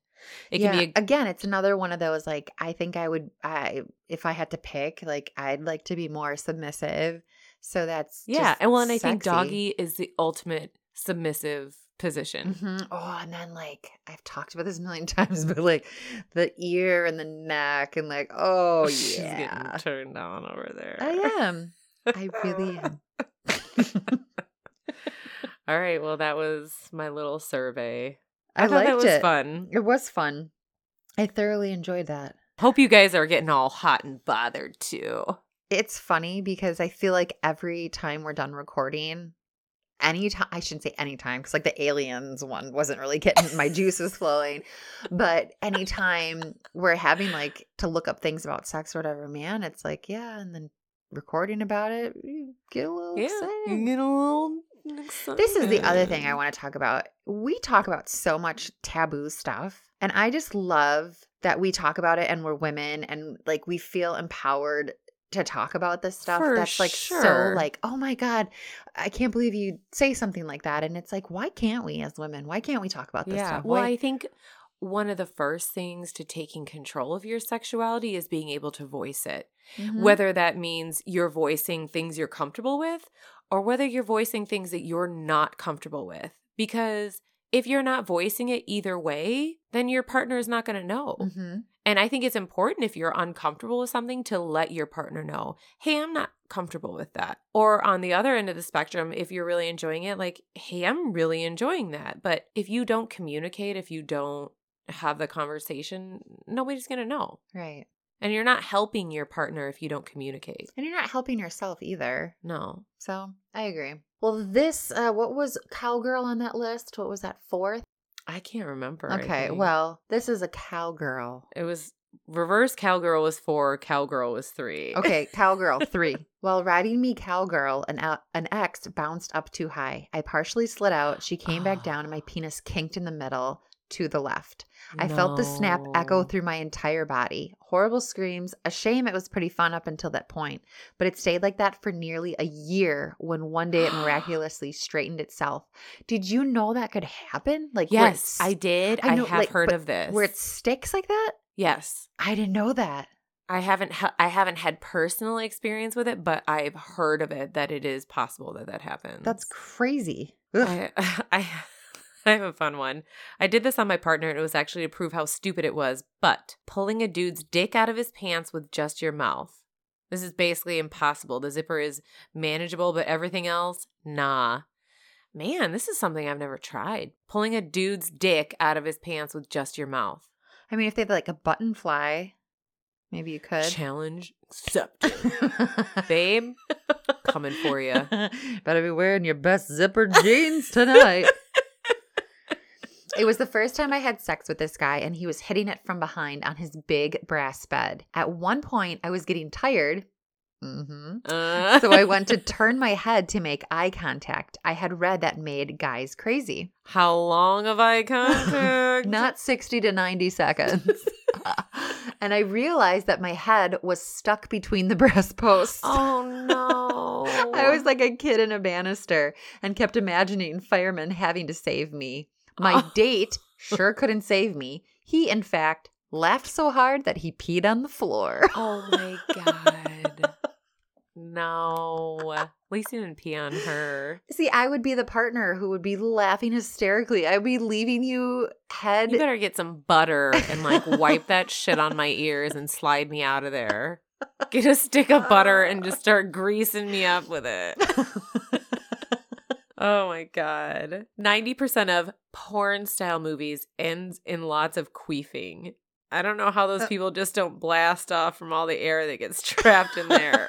[SPEAKER 2] It can be a,
[SPEAKER 1] again, it's another one of those like I think I would I if I had to pick, like I'd like to be more submissive. So that's
[SPEAKER 2] yeah,
[SPEAKER 1] just
[SPEAKER 2] and well, and I think
[SPEAKER 1] sexy.
[SPEAKER 2] doggy is the ultimate submissive position.
[SPEAKER 1] Mhm. Oh, and then like I've talked about this a million times, but like the ear and the neck and like oh
[SPEAKER 2] She's
[SPEAKER 1] yeah,
[SPEAKER 2] getting turned on over there.
[SPEAKER 1] I am. I really am.
[SPEAKER 2] All right. Well, that was my little survey.
[SPEAKER 1] I,
[SPEAKER 2] thought
[SPEAKER 1] liked
[SPEAKER 2] that was
[SPEAKER 1] it.
[SPEAKER 2] fun.
[SPEAKER 1] It was fun. I thoroughly enjoyed that.
[SPEAKER 2] Hope you guys are getting all hot and bothered too.
[SPEAKER 1] It's funny because I feel like every time we're done recording, anytime I shouldn't say anytime because like the aliens one wasn't really getting my juices flowing, but anytime we're having like to look up things about sex or whatever, man, it's like yeah, and then recording about it, you get a little
[SPEAKER 2] Yeah.
[SPEAKER 1] excited.
[SPEAKER 2] You get a little
[SPEAKER 1] This is the other thing I
[SPEAKER 2] excited.
[SPEAKER 1] want to talk about. We talk about so much taboo stuff, and I just love that we talk about it and we're women and like we feel empowered to talk about this stuff
[SPEAKER 2] For
[SPEAKER 1] that's like
[SPEAKER 2] sure.
[SPEAKER 1] so like oh my god i can't believe you say something like that and it's like why can't we as women why can't we talk about this
[SPEAKER 2] Yeah.
[SPEAKER 1] stuff
[SPEAKER 2] Well,
[SPEAKER 1] Why-
[SPEAKER 2] I think one of the first things to taking control of your sexuality is being able to voice it.
[SPEAKER 1] Mhm.
[SPEAKER 2] Whether that means you're voicing things you're comfortable with or whether you're voicing things that you're not comfortable with. Because if you're not voicing it either way, then your partner is not going to know.
[SPEAKER 1] Mhm.
[SPEAKER 2] And I think it's important if you're uncomfortable with something to let your partner know, hey, I'm not comfortable with that. Or on the other end of the spectrum, if you're really enjoying it, like, hey, I'm really enjoying that. But if you don't communicate, if you don't have the conversation, nobody's going to know.
[SPEAKER 1] right
[SPEAKER 2] And you're not helping your partner if you don't communicate.
[SPEAKER 1] and you're not helping yourself either
[SPEAKER 2] No.
[SPEAKER 1] so i agree well this uh what was cowgirl on that list what was that fourth
[SPEAKER 2] I can't remember. I
[SPEAKER 1] okay
[SPEAKER 2] think.
[SPEAKER 1] well this is a cowgirl
[SPEAKER 2] it was reverse cowgirl was four, cowgirl was three.
[SPEAKER 1] Okay, cowgirl three. While riding me cowgirl, an el- an ex bounced up too high. I partially slid out. She came back down, and my penis kinked in the middle to the left. I felt the snap echo
[SPEAKER 2] No.
[SPEAKER 1] through my entire body. Horrible screams. A shame it was pretty fun up until that point, but it stayed like that for nearly a year. When one day it miraculously straightened itself. Did you know that could happen? Like where it
[SPEAKER 2] Yes, I did.
[SPEAKER 1] I
[SPEAKER 2] I,
[SPEAKER 1] know,
[SPEAKER 2] have
[SPEAKER 1] like,
[SPEAKER 2] heard
[SPEAKER 1] but
[SPEAKER 2] of this.
[SPEAKER 1] where it sticks like that.
[SPEAKER 2] yes.
[SPEAKER 1] I didn't know that.
[SPEAKER 2] I haven't ha- I haven't had personal experience with it, but I've heard of it that it is possible that that happens.
[SPEAKER 1] That's crazy. Ugh.
[SPEAKER 2] I, I I have a fun one. I did this on my partner and it was actually to prove how stupid it was, but pulling a dude's dick out of his pants with just your mouth. This is basically impossible. The zipper is manageable, but everything else, nah. Man, this is something I've never tried. Pulling a dude's dick out of his pants with just your mouth.
[SPEAKER 1] I mean, if they had like a button fly, maybe you could.
[SPEAKER 2] Challenge accepted. Babe, coming for you.
[SPEAKER 1] Better be wearing your best zipper jeans tonight. It was the first time I had sex with this guy, and he was hitting it from behind on his big brass bed. At one point, I was getting tired. hmm
[SPEAKER 2] Uh,
[SPEAKER 1] So I went to turn my head to make eye contact. I had read that made guys crazy.
[SPEAKER 2] How long have I contact?
[SPEAKER 1] Not 60 to 90 seconds. and I realized that my head was stuck between the brass posts.
[SPEAKER 2] Oh no!
[SPEAKER 1] I was like a kid in a banister and kept imagining firemen having to save me. My
[SPEAKER 2] Oh.
[SPEAKER 1] date sure couldn't save me. He, in fact, laughed so hard that he peed on the floor.
[SPEAKER 2] oh my god! No, at least you didn't pee on her.
[SPEAKER 1] See, I would be the partner who would be laughing hysterically. I'd be leaving you head.
[SPEAKER 2] You better get some butter and like wipe that shit on my ears and slide me out of there. Get a stick of butter and just start greasing me up with it. Oh my god. 90% of porn style movies ends in lots of queefing. I don't know how those
[SPEAKER 1] Uh.
[SPEAKER 2] people just don't blast off from all the air that gets trapped in there.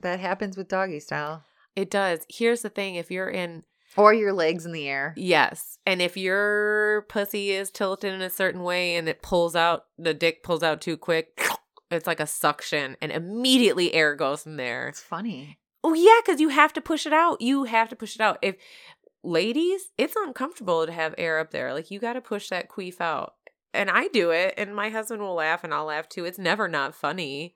[SPEAKER 1] that happens with doggy style.
[SPEAKER 2] it does. Here's the thing if you're in,
[SPEAKER 1] Or your legs in the air.
[SPEAKER 2] yes, and if your pussy is tilted in a certain way and it pulls out, the dick pulls out too quick, it's like a suction and immediately air goes in there.
[SPEAKER 1] It's funny.
[SPEAKER 2] Oh yeah, because you have to push it out. You have to push it out. If ladies, it's uncomfortable to have air up there. Like you got to push that queef out. And I do it, and my husband will laugh, and I'll laugh too. It's never not funny,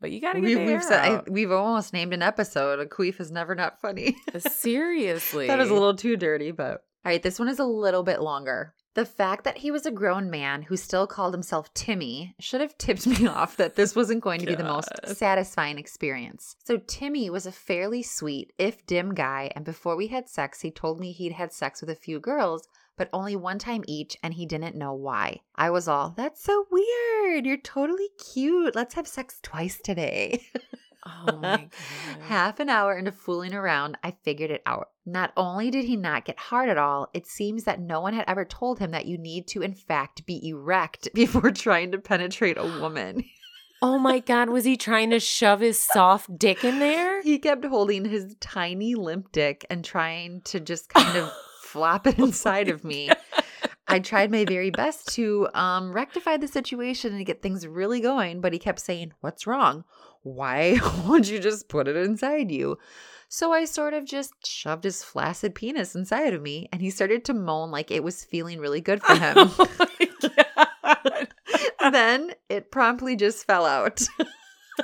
[SPEAKER 2] but you got to get
[SPEAKER 1] We,
[SPEAKER 2] the air
[SPEAKER 1] we've, said, I,
[SPEAKER 2] out.
[SPEAKER 1] we've almost named an episode. A queef is never not funny.
[SPEAKER 2] Seriously,
[SPEAKER 1] That is a little too dirty, but. All right, this one is a little bit longer. The fact that he was a grown man who still called himself Timmy should have tipped me off that this wasn't going to be the most
[SPEAKER 2] God.
[SPEAKER 1] satisfying experience. So, Timmy was a fairly sweet, if dim guy, and before we had sex, he told me he'd had sex with a few girls, but only one time each, and he didn't know why. I was all, that's so weird. You're totally cute. Let's have sex twice today.
[SPEAKER 2] Oh my god.
[SPEAKER 1] Half an hour into fooling around, I figured it out. Not only did he not get hard at all, it seems that no one had ever told him that you need to, in fact, be erect before trying to penetrate a woman.
[SPEAKER 2] Oh my god, was he trying to shove his soft dick in there?
[SPEAKER 1] He kept holding his tiny limp dick and trying to just kind of flop it inside of me. I tried my very best to um, rectify the situation and get things really going, but he kept saying, What's wrong? Why won't you just put it inside you? So I sort of just shoved his flaccid penis inside of me, and he started to moan like it was feeling really good for him.
[SPEAKER 2] Oh my god.
[SPEAKER 1] then it promptly just fell out.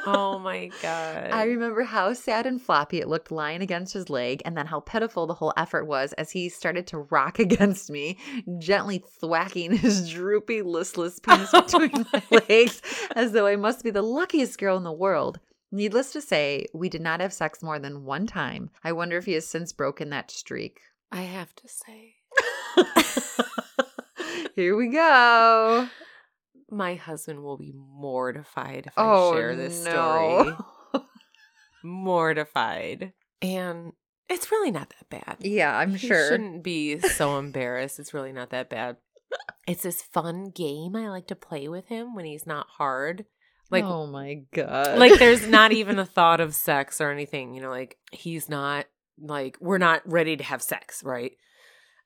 [SPEAKER 2] Oh my god.
[SPEAKER 1] I remember how sad and floppy it looked lying against his leg, and then how pitiful the whole effort was as he started to rock against me, gently thwacking his droopy, listless penis
[SPEAKER 2] Oh
[SPEAKER 1] between my
[SPEAKER 2] my
[SPEAKER 1] legs, as though I must be the luckiest girl in the world. Needless to say, we did not have sex more than one time. I wonder if he has since broken that streak.
[SPEAKER 2] I have to say,
[SPEAKER 1] Here we go.
[SPEAKER 2] my husband will be mortified if
[SPEAKER 1] oh,
[SPEAKER 2] I share this story.
[SPEAKER 1] no.
[SPEAKER 2] Mortified. And it's really not that bad.
[SPEAKER 1] yeah, I'm
[SPEAKER 2] He
[SPEAKER 1] sure.
[SPEAKER 2] shouldn't be so embarrassed. It's really not that bad. It's this fun game I like to play with him when he's not hard. Like
[SPEAKER 1] oh my god.
[SPEAKER 2] like there's not even a thought of sex or anything you know like he's not like we're not ready to have sex right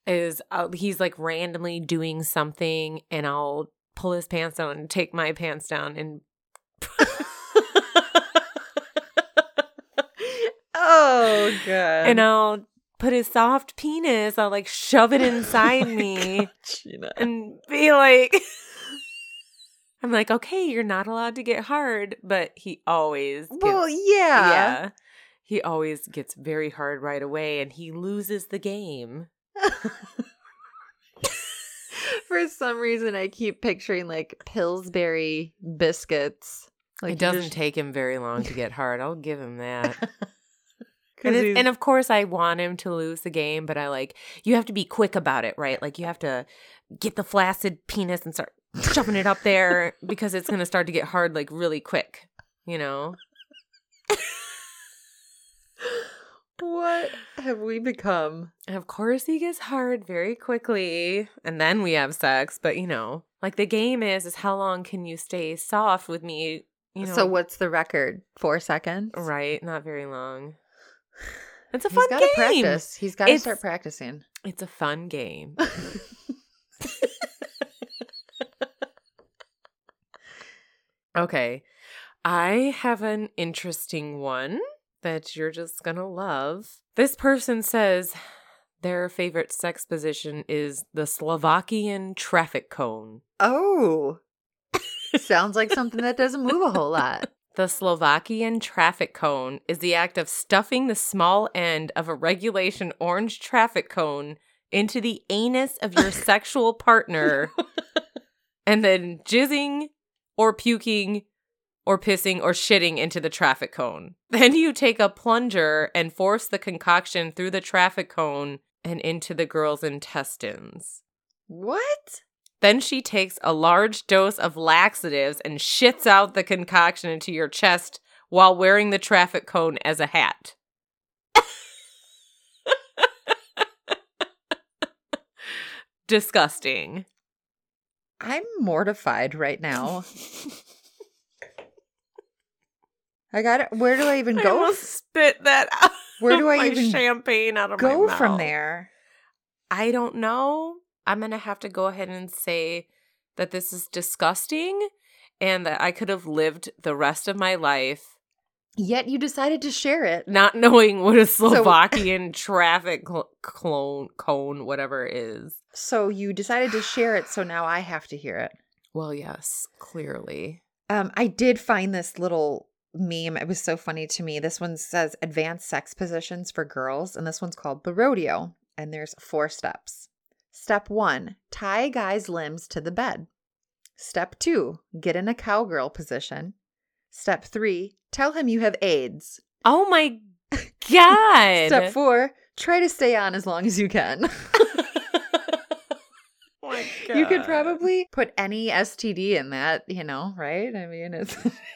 [SPEAKER 2] is uh, he's like randomly doing something and i'll pull his pants down and take my pants down and
[SPEAKER 1] Oh god.
[SPEAKER 2] and i'll put his soft penis i'll like shove it inside
[SPEAKER 1] Oh
[SPEAKER 2] me
[SPEAKER 1] Sheena.
[SPEAKER 2] and be like i'm like okay you're not allowed to get hard but he always gets
[SPEAKER 1] Well, yeah.
[SPEAKER 2] Yeah. He always gets very hard right away and he loses the game.
[SPEAKER 1] For some reason, I keep picturing like Pillsbury biscuits. Like
[SPEAKER 2] it doesn't take him very long to get hard. I'll give him that. and, it- and of course, I want him to lose the game, but I like, you have to be quick about it, right? Like, you have to get the flaccid penis and start shoving it up there because it's going to start to get hard, like, really quick, you know?
[SPEAKER 1] what have we become?
[SPEAKER 2] And of course, he gets hard very quickly, and then we have sex. But you know, like the game is, is how long can you stay soft with me? You know,
[SPEAKER 1] so what's the record? Four seconds.
[SPEAKER 2] Right, not very long. It's a
[SPEAKER 1] He's
[SPEAKER 2] fun
[SPEAKER 1] got
[SPEAKER 2] game.
[SPEAKER 1] to practice. He's got to
[SPEAKER 2] It's-
[SPEAKER 1] start practicing.
[SPEAKER 2] It's a fun game. okay, I have an interesting one that you're just gonna love. This person says their favorite sex position is the Slovakian traffic cone.
[SPEAKER 1] oh, sounds like something that doesn't move a whole lot.
[SPEAKER 2] The Slovakian traffic cone is the act of stuffing the small end of a regulation orange traffic cone into the anus of your sexual partner and then jizzing or puking or pissing or shitting into the traffic cone. Then you take a plunger and force the concoction through the traffic cone and into the girl's intestines.
[SPEAKER 1] What?
[SPEAKER 2] Then she takes a large dose of laxatives and shits out the concoction into your chest while wearing the traffic cone as a hat. Disgusting.
[SPEAKER 1] I'm mortified right now. I got it. Where do I even
[SPEAKER 2] I
[SPEAKER 1] go?
[SPEAKER 2] almost spit that out.
[SPEAKER 1] Where do
[SPEAKER 2] of
[SPEAKER 1] I
[SPEAKER 2] my
[SPEAKER 1] even
[SPEAKER 2] champagne out of my
[SPEAKER 1] go from
[SPEAKER 2] mouth.
[SPEAKER 1] there?
[SPEAKER 2] I don't know. I'm going to have to go ahead and say that this is disgusting and that I could have lived the rest of my life
[SPEAKER 1] Yet you decided to share it.
[SPEAKER 2] not knowing what a Slovakian traffic cl- clone cone whatever is.
[SPEAKER 1] So you decided to share it. So now I have to hear it.
[SPEAKER 2] Well, yes, clearly.
[SPEAKER 1] Um, I did find this little meme. It was so funny to me. This one says advanced sex positions for girls, and this one's called Barodio. And there's four steps. Step one, tie guy's limbs to the bed. Step two, get in a cowgirl position. Step three, tell him you have AIDS.
[SPEAKER 2] Oh my god.
[SPEAKER 1] Step Uh-huh. four, try to stay on as long as you can.
[SPEAKER 2] Oh my
[SPEAKER 1] You could
[SPEAKER 2] God.
[SPEAKER 1] probably put any STD in that, you know, right? I mean, it's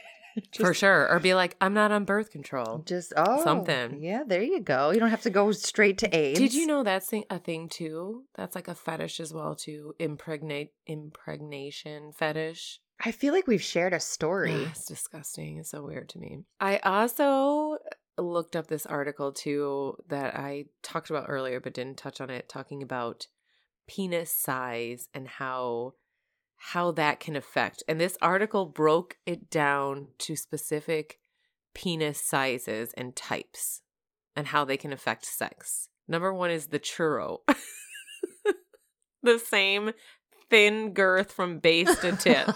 [SPEAKER 2] for sure. Or be like, I'm not on birth control.
[SPEAKER 1] Just oh
[SPEAKER 2] Something.
[SPEAKER 1] Yeah, there you go. You don't have to go straight to AIDS.
[SPEAKER 2] Did you know that's thing, a thing too? That's like a fetish as well too. Impregnate impregnation fetish.
[SPEAKER 1] I feel like we've shared a
[SPEAKER 2] Ugh,
[SPEAKER 1] story.
[SPEAKER 2] Ah, It's disgusting. It's so weird to me. I also looked up this article too that I talked about earlier but didn't touch on it, talking about penis size and how how that can affect. And this article broke it down to specific penis sizes and types and how they can affect sex. Number one is the churro. the same thin girth from base to tip.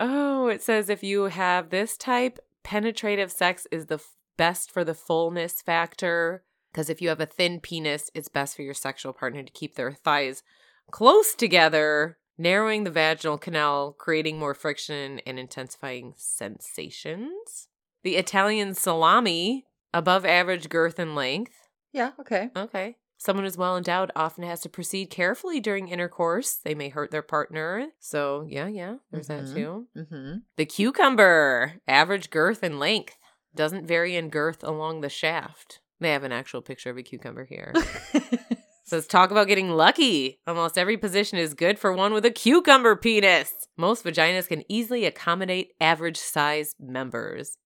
[SPEAKER 2] Oh, it says if you have this type, penetrative sex is the f- best for the fullness factor. Because if you have a thin penis, it's best for your sexual partner to keep their thighs close together, narrowing the vaginal canal, creating more friction, and intensifying sensations. The Italian salami, above average girth and length.
[SPEAKER 1] yeah, okay.
[SPEAKER 2] Okay. Someone who's well endowed often has to proceed carefully during intercourse. They may hurt their partner. So, yeah, yeah, there's
[SPEAKER 1] Mhm.
[SPEAKER 2] that too.
[SPEAKER 1] Mm-hmm.
[SPEAKER 2] The cucumber, average girth and length, doesn't vary in girth along the shaft. They have an actual picture of a cucumber here. Says talk about getting lucky. Almost every position is good for one with a cucumber penis. Most vaginas can easily accommodate average size members.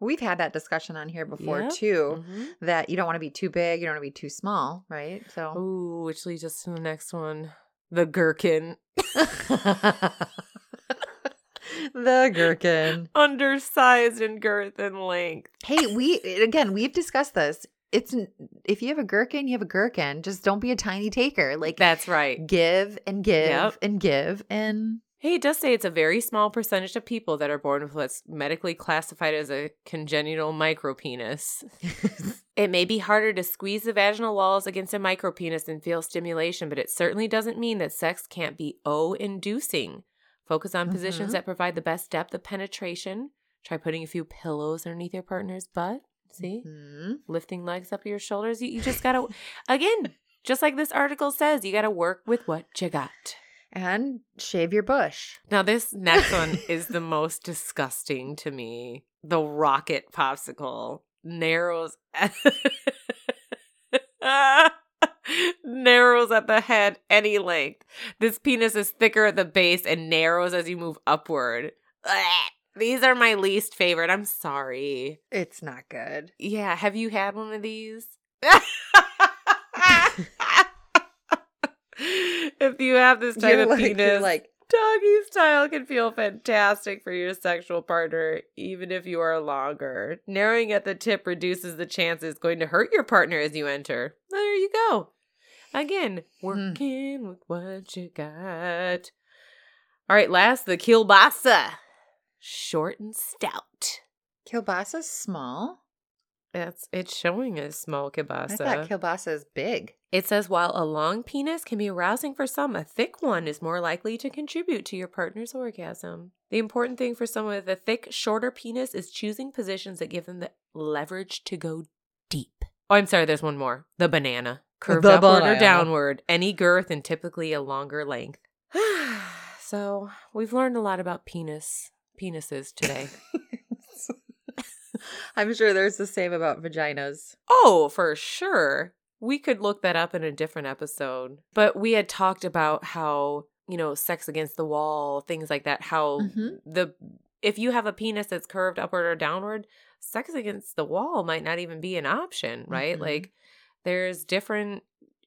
[SPEAKER 1] We've had that discussion on here before
[SPEAKER 2] Yeah.
[SPEAKER 1] too. That you don't want to be too big, you don't want to be too small, right? So
[SPEAKER 2] Ooh, which leads us to the next one. The gherkin. Oh.
[SPEAKER 1] the gherkin.
[SPEAKER 2] Undersized in girth and length.
[SPEAKER 1] Hey, we again we've discussed this. It's n- if you have a gherkin, you have a gherkin. Just don't be a tiny taker. Like
[SPEAKER 2] That's right.
[SPEAKER 1] give and give
[SPEAKER 2] Yep.
[SPEAKER 1] and give and
[SPEAKER 2] Hey, it does say it's a very small percentage of people that are born with what's medically classified as a congenital micropenis. It may be harder to squeeze the vaginal walls against a micropenis and feel stimulation, but it certainly doesn't mean that sex can't be O inducing. Focus on positions
[SPEAKER 1] Mhm.
[SPEAKER 2] that provide the best depth of penetration. Try putting a few pillows underneath your partner's butt. See?
[SPEAKER 1] Hmm.
[SPEAKER 2] Lifting legs up to your shoulders. You, you just gotta, again, just like this article says, you gotta work with what you got.
[SPEAKER 1] and shave your bush.
[SPEAKER 2] Now, this next one is the most disgusting to me. The rocket popsicle narrows. narrows at the head any length. This penis is thicker at the base and narrows as you move upward. Ugh. These are my least favorite. I'm sorry.
[SPEAKER 1] It's not good.
[SPEAKER 2] Yeah, have you had one of these? if you have this type
[SPEAKER 1] You're
[SPEAKER 2] of
[SPEAKER 1] like,
[SPEAKER 2] penis,
[SPEAKER 1] you're like
[SPEAKER 2] Doggy style can feel fantastic for your sexual partner, even if you are longer. Narrowing at the tip reduces the chance it's going to hurt your partner as you enter. There you go. Again,
[SPEAKER 1] Hmm.
[SPEAKER 2] working with what you got. All right, last, the kielbasa. Short and stout.
[SPEAKER 1] kielbasa's small.
[SPEAKER 2] That's it's showing a small kielbasa.
[SPEAKER 1] I thought kielbasa is big.
[SPEAKER 2] It says while a long penis can be arousing for some, a thick one is more likely to contribute to your partner's orgasm. The important thing for someone with a thick, shorter penis is choosing positions that give them the leverage to go deep. Oh, I'm sorry, there's one more. The banana. Curved
[SPEAKER 1] The
[SPEAKER 2] upward
[SPEAKER 1] banana.
[SPEAKER 2] or downward, any girth and typically a longer length. so we've learned a lot about penis penises today.
[SPEAKER 1] I'm sure there's the same about vaginas.
[SPEAKER 2] Oh, for sure. We could look that up in a different episode. But we had talked about how, you know, sex against the wall, things like that, how
[SPEAKER 1] Mhm.
[SPEAKER 2] the if you have a penis that's curved upward or downward, sex against the wall might not even be an option, right?
[SPEAKER 1] Mhm.
[SPEAKER 2] Like there's different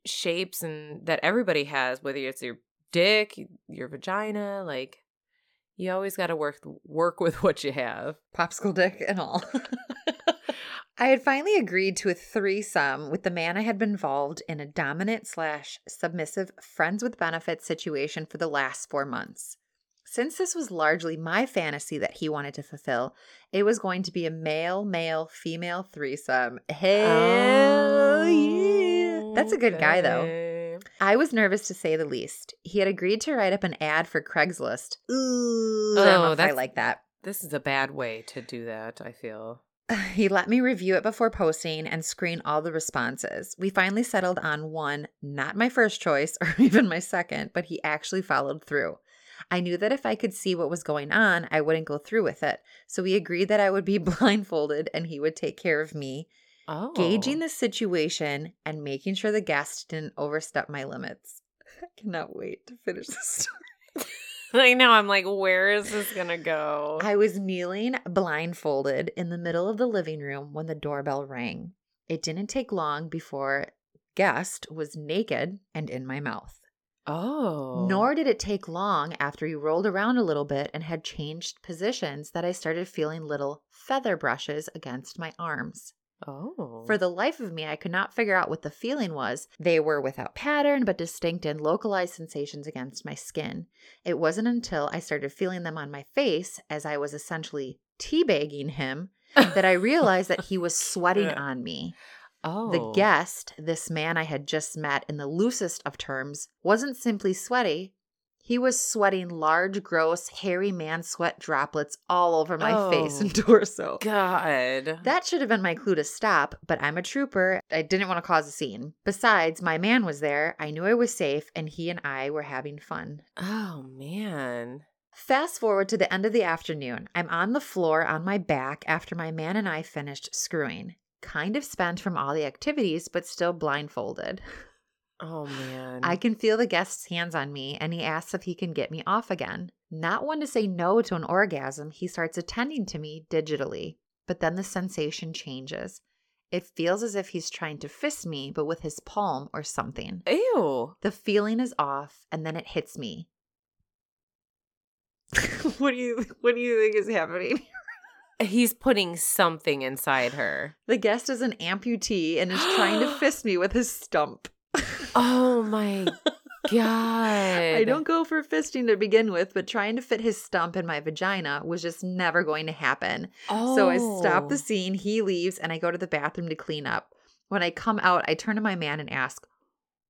[SPEAKER 2] shapes and that everybody has, whether it's your dick, your vagina, like you always got to work work with what you have.
[SPEAKER 1] Popsicle dick and all. I had finally agreed to a threesome with the man I had been involved in a dominant slash submissive friends with benefits situation for the last four months. Since this was largely my fantasy that he wanted to fulfill, it was going to be a male, male, female threesome. Hell yeah. That's a good guy, though.
[SPEAKER 2] Okay.
[SPEAKER 1] I was nervous to say the least. He had agreed to write up an ad for Craigslist. Ooh, I don't
[SPEAKER 2] Oh,
[SPEAKER 1] know if I
[SPEAKER 2] that's-
[SPEAKER 1] like that.
[SPEAKER 2] This is a bad way to do that, I feel.
[SPEAKER 1] He let me review it before posting and screen all the responses. We finally settled on one, not my first choice or even my second, but he actually followed through. I knew that if I could see what was going on, I wouldn't go through with it. So we agreed that I would be blindfolded and he would take care of me,
[SPEAKER 2] Oh.
[SPEAKER 1] gauging the situation and making sure the guest didn't overstep my limits. I cannot wait to finish this story.
[SPEAKER 2] I know. I'm like, where is this gonna go?
[SPEAKER 1] I was kneeling blindfolded in the middle of the living room when the doorbell rang. It didn't take long before guest was naked and in my mouth.
[SPEAKER 2] oh.
[SPEAKER 1] Nor did it take long after he rolled around a little bit and had changed positions that I started feeling little feather brushes against my arms.
[SPEAKER 2] Oh.
[SPEAKER 1] For the life of me, I could not figure out what the feeling was. They were without pattern, but distinct and localized sensations against my skin. It wasn't until I started feeling them on my face, as I was essentially teabagging him, that I realized that he was sweating
[SPEAKER 2] Yeah.
[SPEAKER 1] on me.
[SPEAKER 2] oh.
[SPEAKER 1] The guest, this man I had just met in the loosest of terms, wasn't simply sweaty. He was sweating large, gross, hairy man sweat droplets all over my face
[SPEAKER 2] Oh.
[SPEAKER 1] and torso.
[SPEAKER 2] God.
[SPEAKER 1] That should have been my clue to stop, but I'm a trooper. I didn't want to cause a scene. Besides, my man was there. I knew I was safe, and he and I were having fun.
[SPEAKER 2] oh man.
[SPEAKER 1] Fast forward to the end of the afternoon. I'm on the floor on my back after my man and I finished screwing. Kind of spent from all the activities, but still blindfolded.
[SPEAKER 2] Oh man.
[SPEAKER 1] I can feel the guest's hands on me, and he asks if he can get me off again. Not one to say no to an orgasm, he starts attending to me digitally. But then the sensation changes. It feels as if he's trying to fist me, but with his palm or something.
[SPEAKER 2] Ew.
[SPEAKER 1] The feeling is off, and then it hits me. what do you What do you think is happening?
[SPEAKER 2] He's putting something inside her.
[SPEAKER 1] The guest is an amputee and is trying to fist me with his stump.
[SPEAKER 2] Oh my god.
[SPEAKER 1] I don't go for fisting to begin with, but trying to fit his stump in my vagina was just never going to happen.
[SPEAKER 2] Oh.
[SPEAKER 1] So I stop the scene, he leaves, and I go to the bathroom to clean up. When I come out, I turn to my man and ask,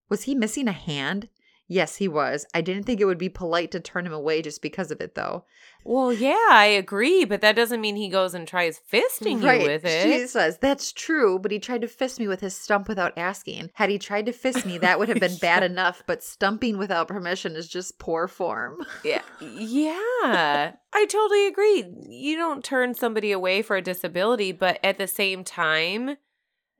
[SPEAKER 1] Was he missing a hand? Yes, he was. I didn't think it would be polite to turn him away just because of it, though.
[SPEAKER 2] Well, yeah, I agree, but that doesn't mean he goes and tries fisting you with
[SPEAKER 1] She
[SPEAKER 2] it.
[SPEAKER 1] says, That's true, but he tried to fist me with his stump without asking. Had he tried to fist me, that would have been bad enough, but stumping without permission is just poor form.
[SPEAKER 2] Yeah. Yeah. I totally agree. You don't turn somebody away for a disability, but at the same time,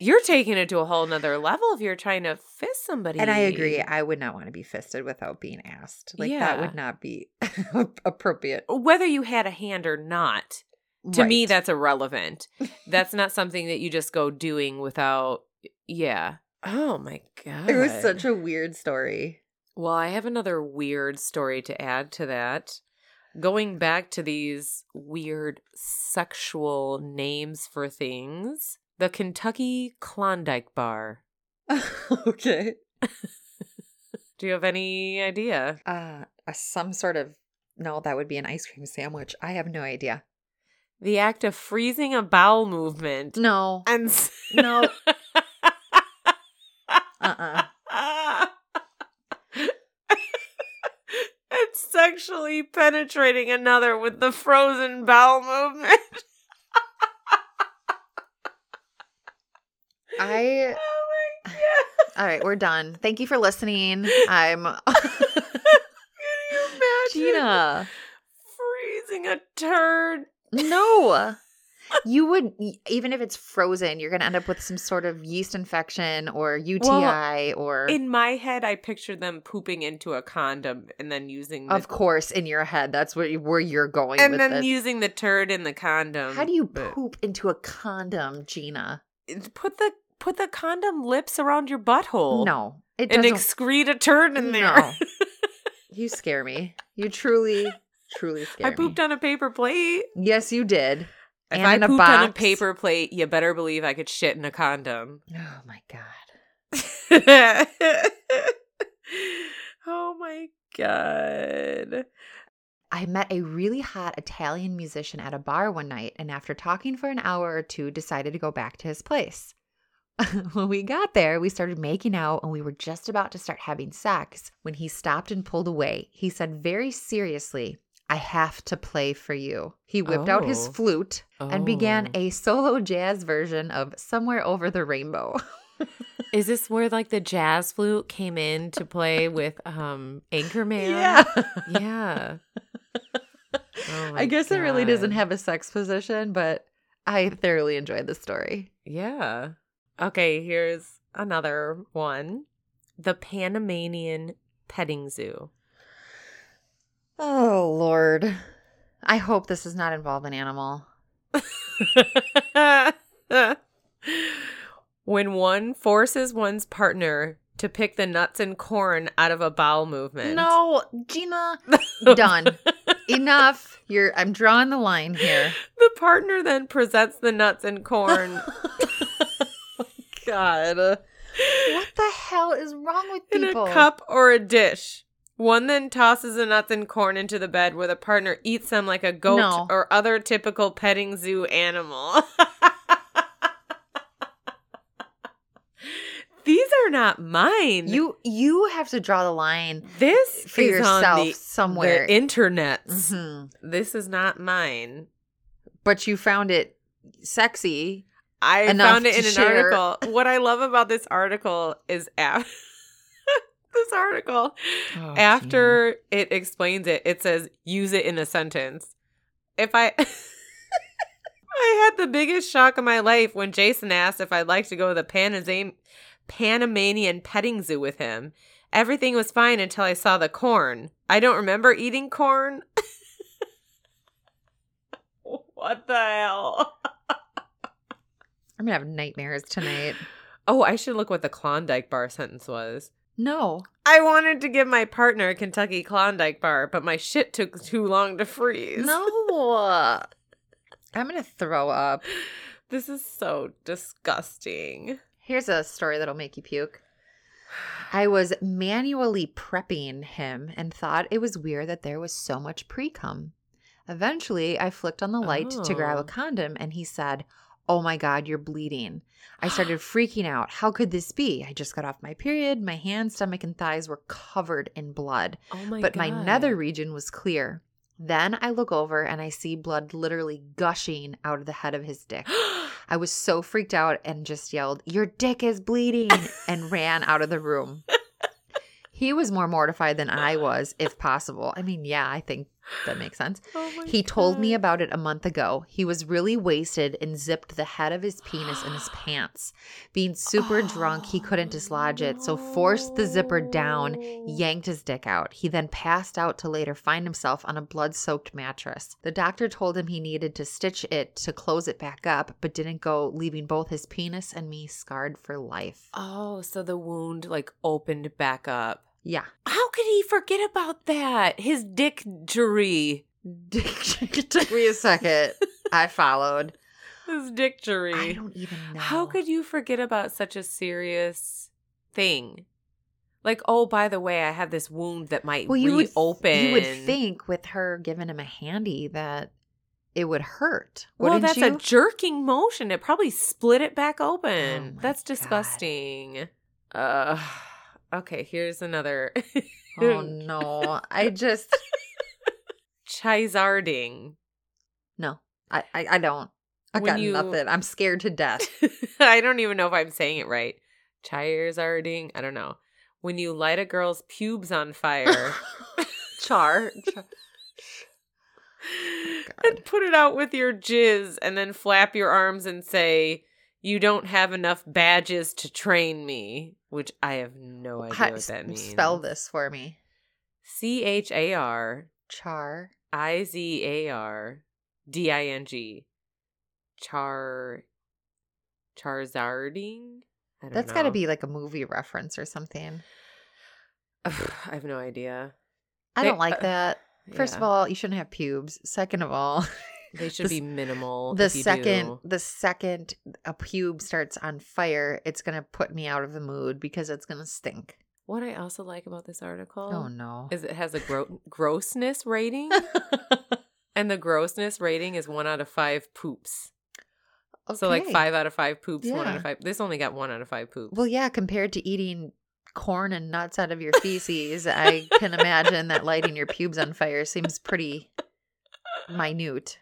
[SPEAKER 2] you're taking it to a whole nother level if you're trying to fist somebody.
[SPEAKER 1] And I agree. I would not want to be fisted without being asked. Like that
[SPEAKER 2] Yeah.
[SPEAKER 1] would not be appropriate.
[SPEAKER 2] Whether you had a hand or not, to me
[SPEAKER 1] Right.
[SPEAKER 2] that's irrelevant. That's not something that you just go doing without yeah. Oh my god.
[SPEAKER 1] it was such a weird story.
[SPEAKER 2] Well, I have another weird story to add to that. Going back to these weird sexual names for things, the Kentucky Klondike Bar.
[SPEAKER 1] okay.
[SPEAKER 2] Do you have any idea?
[SPEAKER 1] Uh, uh, some sort of no, that would be an ice cream sandwich. I have no idea.
[SPEAKER 2] The act of freezing a bowel movement.
[SPEAKER 1] No.
[SPEAKER 2] And s-
[SPEAKER 1] No. Uh-uh.
[SPEAKER 2] ah! and sexually penetrating another with the frozen bowel movement.
[SPEAKER 1] I
[SPEAKER 2] Oh my god.
[SPEAKER 1] All right, we're done. Thank you for listening. I'm
[SPEAKER 2] Can you imagine
[SPEAKER 1] Gina.
[SPEAKER 2] freezing a turd?
[SPEAKER 1] No. You would e, even if it's frozen, you're going to end up with some sort of yeast infection or UTI or
[SPEAKER 2] In my head, I pictured them pooping into a condom and then using the,
[SPEAKER 1] Of course, in your head, that's where you, where you're going.
[SPEAKER 2] and
[SPEAKER 1] with
[SPEAKER 2] then
[SPEAKER 1] this.
[SPEAKER 2] using the turd in the condom.
[SPEAKER 1] How do you
[SPEAKER 2] but-
[SPEAKER 1] poop into a condom, Gina?
[SPEAKER 2] put the put the condom lips around your butthole?
[SPEAKER 1] No, it
[SPEAKER 2] and
[SPEAKER 1] doesn't.
[SPEAKER 2] excrete a turd in there.
[SPEAKER 1] No. you scare me. You truly, truly scare
[SPEAKER 2] I pooped
[SPEAKER 1] me.
[SPEAKER 2] on a paper plate.
[SPEAKER 1] yes, you did.
[SPEAKER 2] If
[SPEAKER 1] And
[SPEAKER 2] I
[SPEAKER 1] in a
[SPEAKER 2] pooped on a
[SPEAKER 1] box.
[SPEAKER 2] paper plate, you better believe I could shit in a condom.
[SPEAKER 1] Oh my god.
[SPEAKER 2] oh my god.
[SPEAKER 1] I met a really hot Italian musician at a bar one night, and after talking for an hour or two, decided to go back to his place. when we got there, we started making out and we were just about to start having sex when he stopped and pulled away. He said very seriously, I have to play for you. He whipped out his
[SPEAKER 2] Oh.
[SPEAKER 1] flute and began
[SPEAKER 2] Oh.
[SPEAKER 1] a solo jazz version of Somewhere Over the Rainbow.
[SPEAKER 2] Is this where like the jazz flute came in to play with um Anchorman? Yeah. Oh my
[SPEAKER 1] I guess it really doesn't
[SPEAKER 2] God.
[SPEAKER 1] have a sex position, but I thoroughly enjoyed the story.
[SPEAKER 2] Yeah. Okay, here's another one. The Panamanian petting zoo.
[SPEAKER 1] Oh, Lord. I hope this does not involve an animal.
[SPEAKER 2] when one forces one's partner to pick the nuts and corn out of a bowel movement.
[SPEAKER 1] No, Gina. Done. Enough. You're I'm drawing the line here.
[SPEAKER 2] The partner then presents the nuts and corn.
[SPEAKER 1] Oh God. What the hell is wrong with
[SPEAKER 2] in
[SPEAKER 1] people?
[SPEAKER 2] a cup or a dish. One then tosses the nuts and corn into the bed where the partner eats them like a goat
[SPEAKER 1] No.
[SPEAKER 2] or other typical petting zoo animal. These are not mine.
[SPEAKER 1] You you have to draw the line
[SPEAKER 2] this
[SPEAKER 1] for
[SPEAKER 2] is on
[SPEAKER 1] yourself
[SPEAKER 2] the,
[SPEAKER 1] somewhere.
[SPEAKER 2] the internet.
[SPEAKER 1] Mhm.
[SPEAKER 2] This is not mine.
[SPEAKER 1] But you found it sexy.
[SPEAKER 2] I
[SPEAKER 1] Enough
[SPEAKER 2] found it
[SPEAKER 1] to
[SPEAKER 2] in an
[SPEAKER 1] share.
[SPEAKER 2] article. What I love about this article is after this article Oh,
[SPEAKER 1] Oh,
[SPEAKER 2] after it explains it, it says use it in a sentence. If I I had the biggest shock of my life when Jason asked if I'd like to go to the Panazam- Panamanian petting zoo with him. Everything was fine until I saw the corn. I don't remember eating corn. what the hell?
[SPEAKER 1] I'm gonna have nightmares tonight.
[SPEAKER 2] Oh, I should look what the Klondike bar sentence was.
[SPEAKER 1] No.
[SPEAKER 2] I wanted to give my partner a Kentucky Klondike bar, but my shit took too long to freeze.
[SPEAKER 1] No. I'm gonna throw up.
[SPEAKER 2] This is so disgusting.
[SPEAKER 1] Here's a story that'll make you puke. I was manually prepping him and thought it was weird that there was so much pre cum. Eventually, I flicked on the light to grab
[SPEAKER 2] Oh.
[SPEAKER 1] a condom and he said, Oh my God, you're bleeding. I started freaking out. How could this be? I just got off my period. My hands, stomach, and thighs were covered in blood,
[SPEAKER 2] Oh my
[SPEAKER 1] but my nether region was clear. Then I look over and I see blood literally gushing out of the head of his dick.
[SPEAKER 2] Oh
[SPEAKER 1] I was so freaked out and just yelled, Your dick is bleeding, and ran out of the room. He was more mortified than I was, if possible. I mean, yeah, I think that makes sense.
[SPEAKER 2] Oh
[SPEAKER 1] He told me about it a month ago. He was really wasted and zipped the head of his penis in his pants. Being super drunk, he couldn't dislodge it, so forced the zipper down, yanked his dick out. He then passed out to later find himself on a blood soaked mattress. The doctor told him he needed to stitch it to close it back up, but didn't go, leaving both his penis and me scarred for life.
[SPEAKER 2] Oh, so the wound like opened back up.
[SPEAKER 1] Yeah.
[SPEAKER 2] How could he forget about that? His dick jury.
[SPEAKER 1] it took me a second. I followed.
[SPEAKER 2] His dick
[SPEAKER 1] I
[SPEAKER 2] jury.
[SPEAKER 1] don't even know.
[SPEAKER 2] How could you forget about such a serious thing? Like, oh, by the way, I have this wound that might
[SPEAKER 1] well, you would
[SPEAKER 2] reopen.
[SPEAKER 1] You would think with her giving him a handy that it would hurt.
[SPEAKER 2] Well,
[SPEAKER 1] Wouldn't
[SPEAKER 2] that's
[SPEAKER 1] you?
[SPEAKER 2] a jerking motion. It probably split it back
[SPEAKER 1] Oh
[SPEAKER 2] open.
[SPEAKER 1] my
[SPEAKER 2] that's
[SPEAKER 1] God.
[SPEAKER 2] disgusting. Uh, okay, here's another
[SPEAKER 1] oh no! I just
[SPEAKER 2] Chizarding.
[SPEAKER 1] no. I I, I don't. I
[SPEAKER 2] When
[SPEAKER 1] got
[SPEAKER 2] you-
[SPEAKER 1] nothing. I'm scared to death.
[SPEAKER 2] I don't even know if I'm saying it right. Chizarding. I don't know. When you light a girl's pubes on fire
[SPEAKER 1] Char. Char.
[SPEAKER 2] and put it out with your jizz and then flap your arms and say, You don't have enough badges to train me, which I have no idea
[SPEAKER 1] Hi-
[SPEAKER 2] what that means.
[SPEAKER 1] Spell this for me.
[SPEAKER 2] C H A R
[SPEAKER 1] Char.
[SPEAKER 2] I Z A R D I N G. Char Charizarding? I don't
[SPEAKER 1] That's got to
[SPEAKER 2] know.
[SPEAKER 1] be like a movie reference or something.
[SPEAKER 2] I have no idea.
[SPEAKER 1] I
[SPEAKER 2] They-
[SPEAKER 1] don't like
[SPEAKER 2] uh,
[SPEAKER 1] that. First of
[SPEAKER 2] Yeah.
[SPEAKER 1] all, you shouldn't have pubes. Second of all,
[SPEAKER 2] they should
[SPEAKER 1] the s-
[SPEAKER 2] be minimal.
[SPEAKER 1] the
[SPEAKER 2] if you
[SPEAKER 1] second
[SPEAKER 2] do.
[SPEAKER 1] the second a pube starts on fire, it's gonna put me out of the mood because it's gonna stink.
[SPEAKER 2] What I also like about this article
[SPEAKER 1] Oh no.
[SPEAKER 2] is it has a gro- grossness rating, and the grossness rating is one out of five poops. So like
[SPEAKER 1] Okay.
[SPEAKER 2] five out of five poops, one out
[SPEAKER 1] Yeah.
[SPEAKER 2] of five. This only got one out of five poops.
[SPEAKER 1] Well, yeah, compared to eating corn and nuts out of your feces, I can imagine that lighting your pubes on fire seems pretty minute.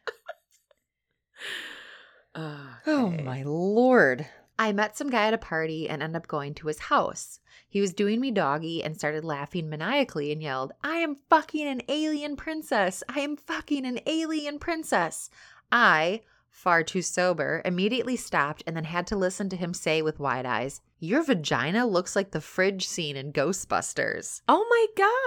[SPEAKER 2] Ah,
[SPEAKER 1] Oh
[SPEAKER 2] okay.
[SPEAKER 1] my lord. I met some guy at a party and ended up going to his house. He was doing me doggy and started laughing maniacally and yelled, I am fucking an alien princess. I am fucking an alien princess. I, far too sober, immediately stopped and then had to listen to him say with wide eyes, Your vagina looks like the fridge scene in Ghostbusters.
[SPEAKER 2] Oh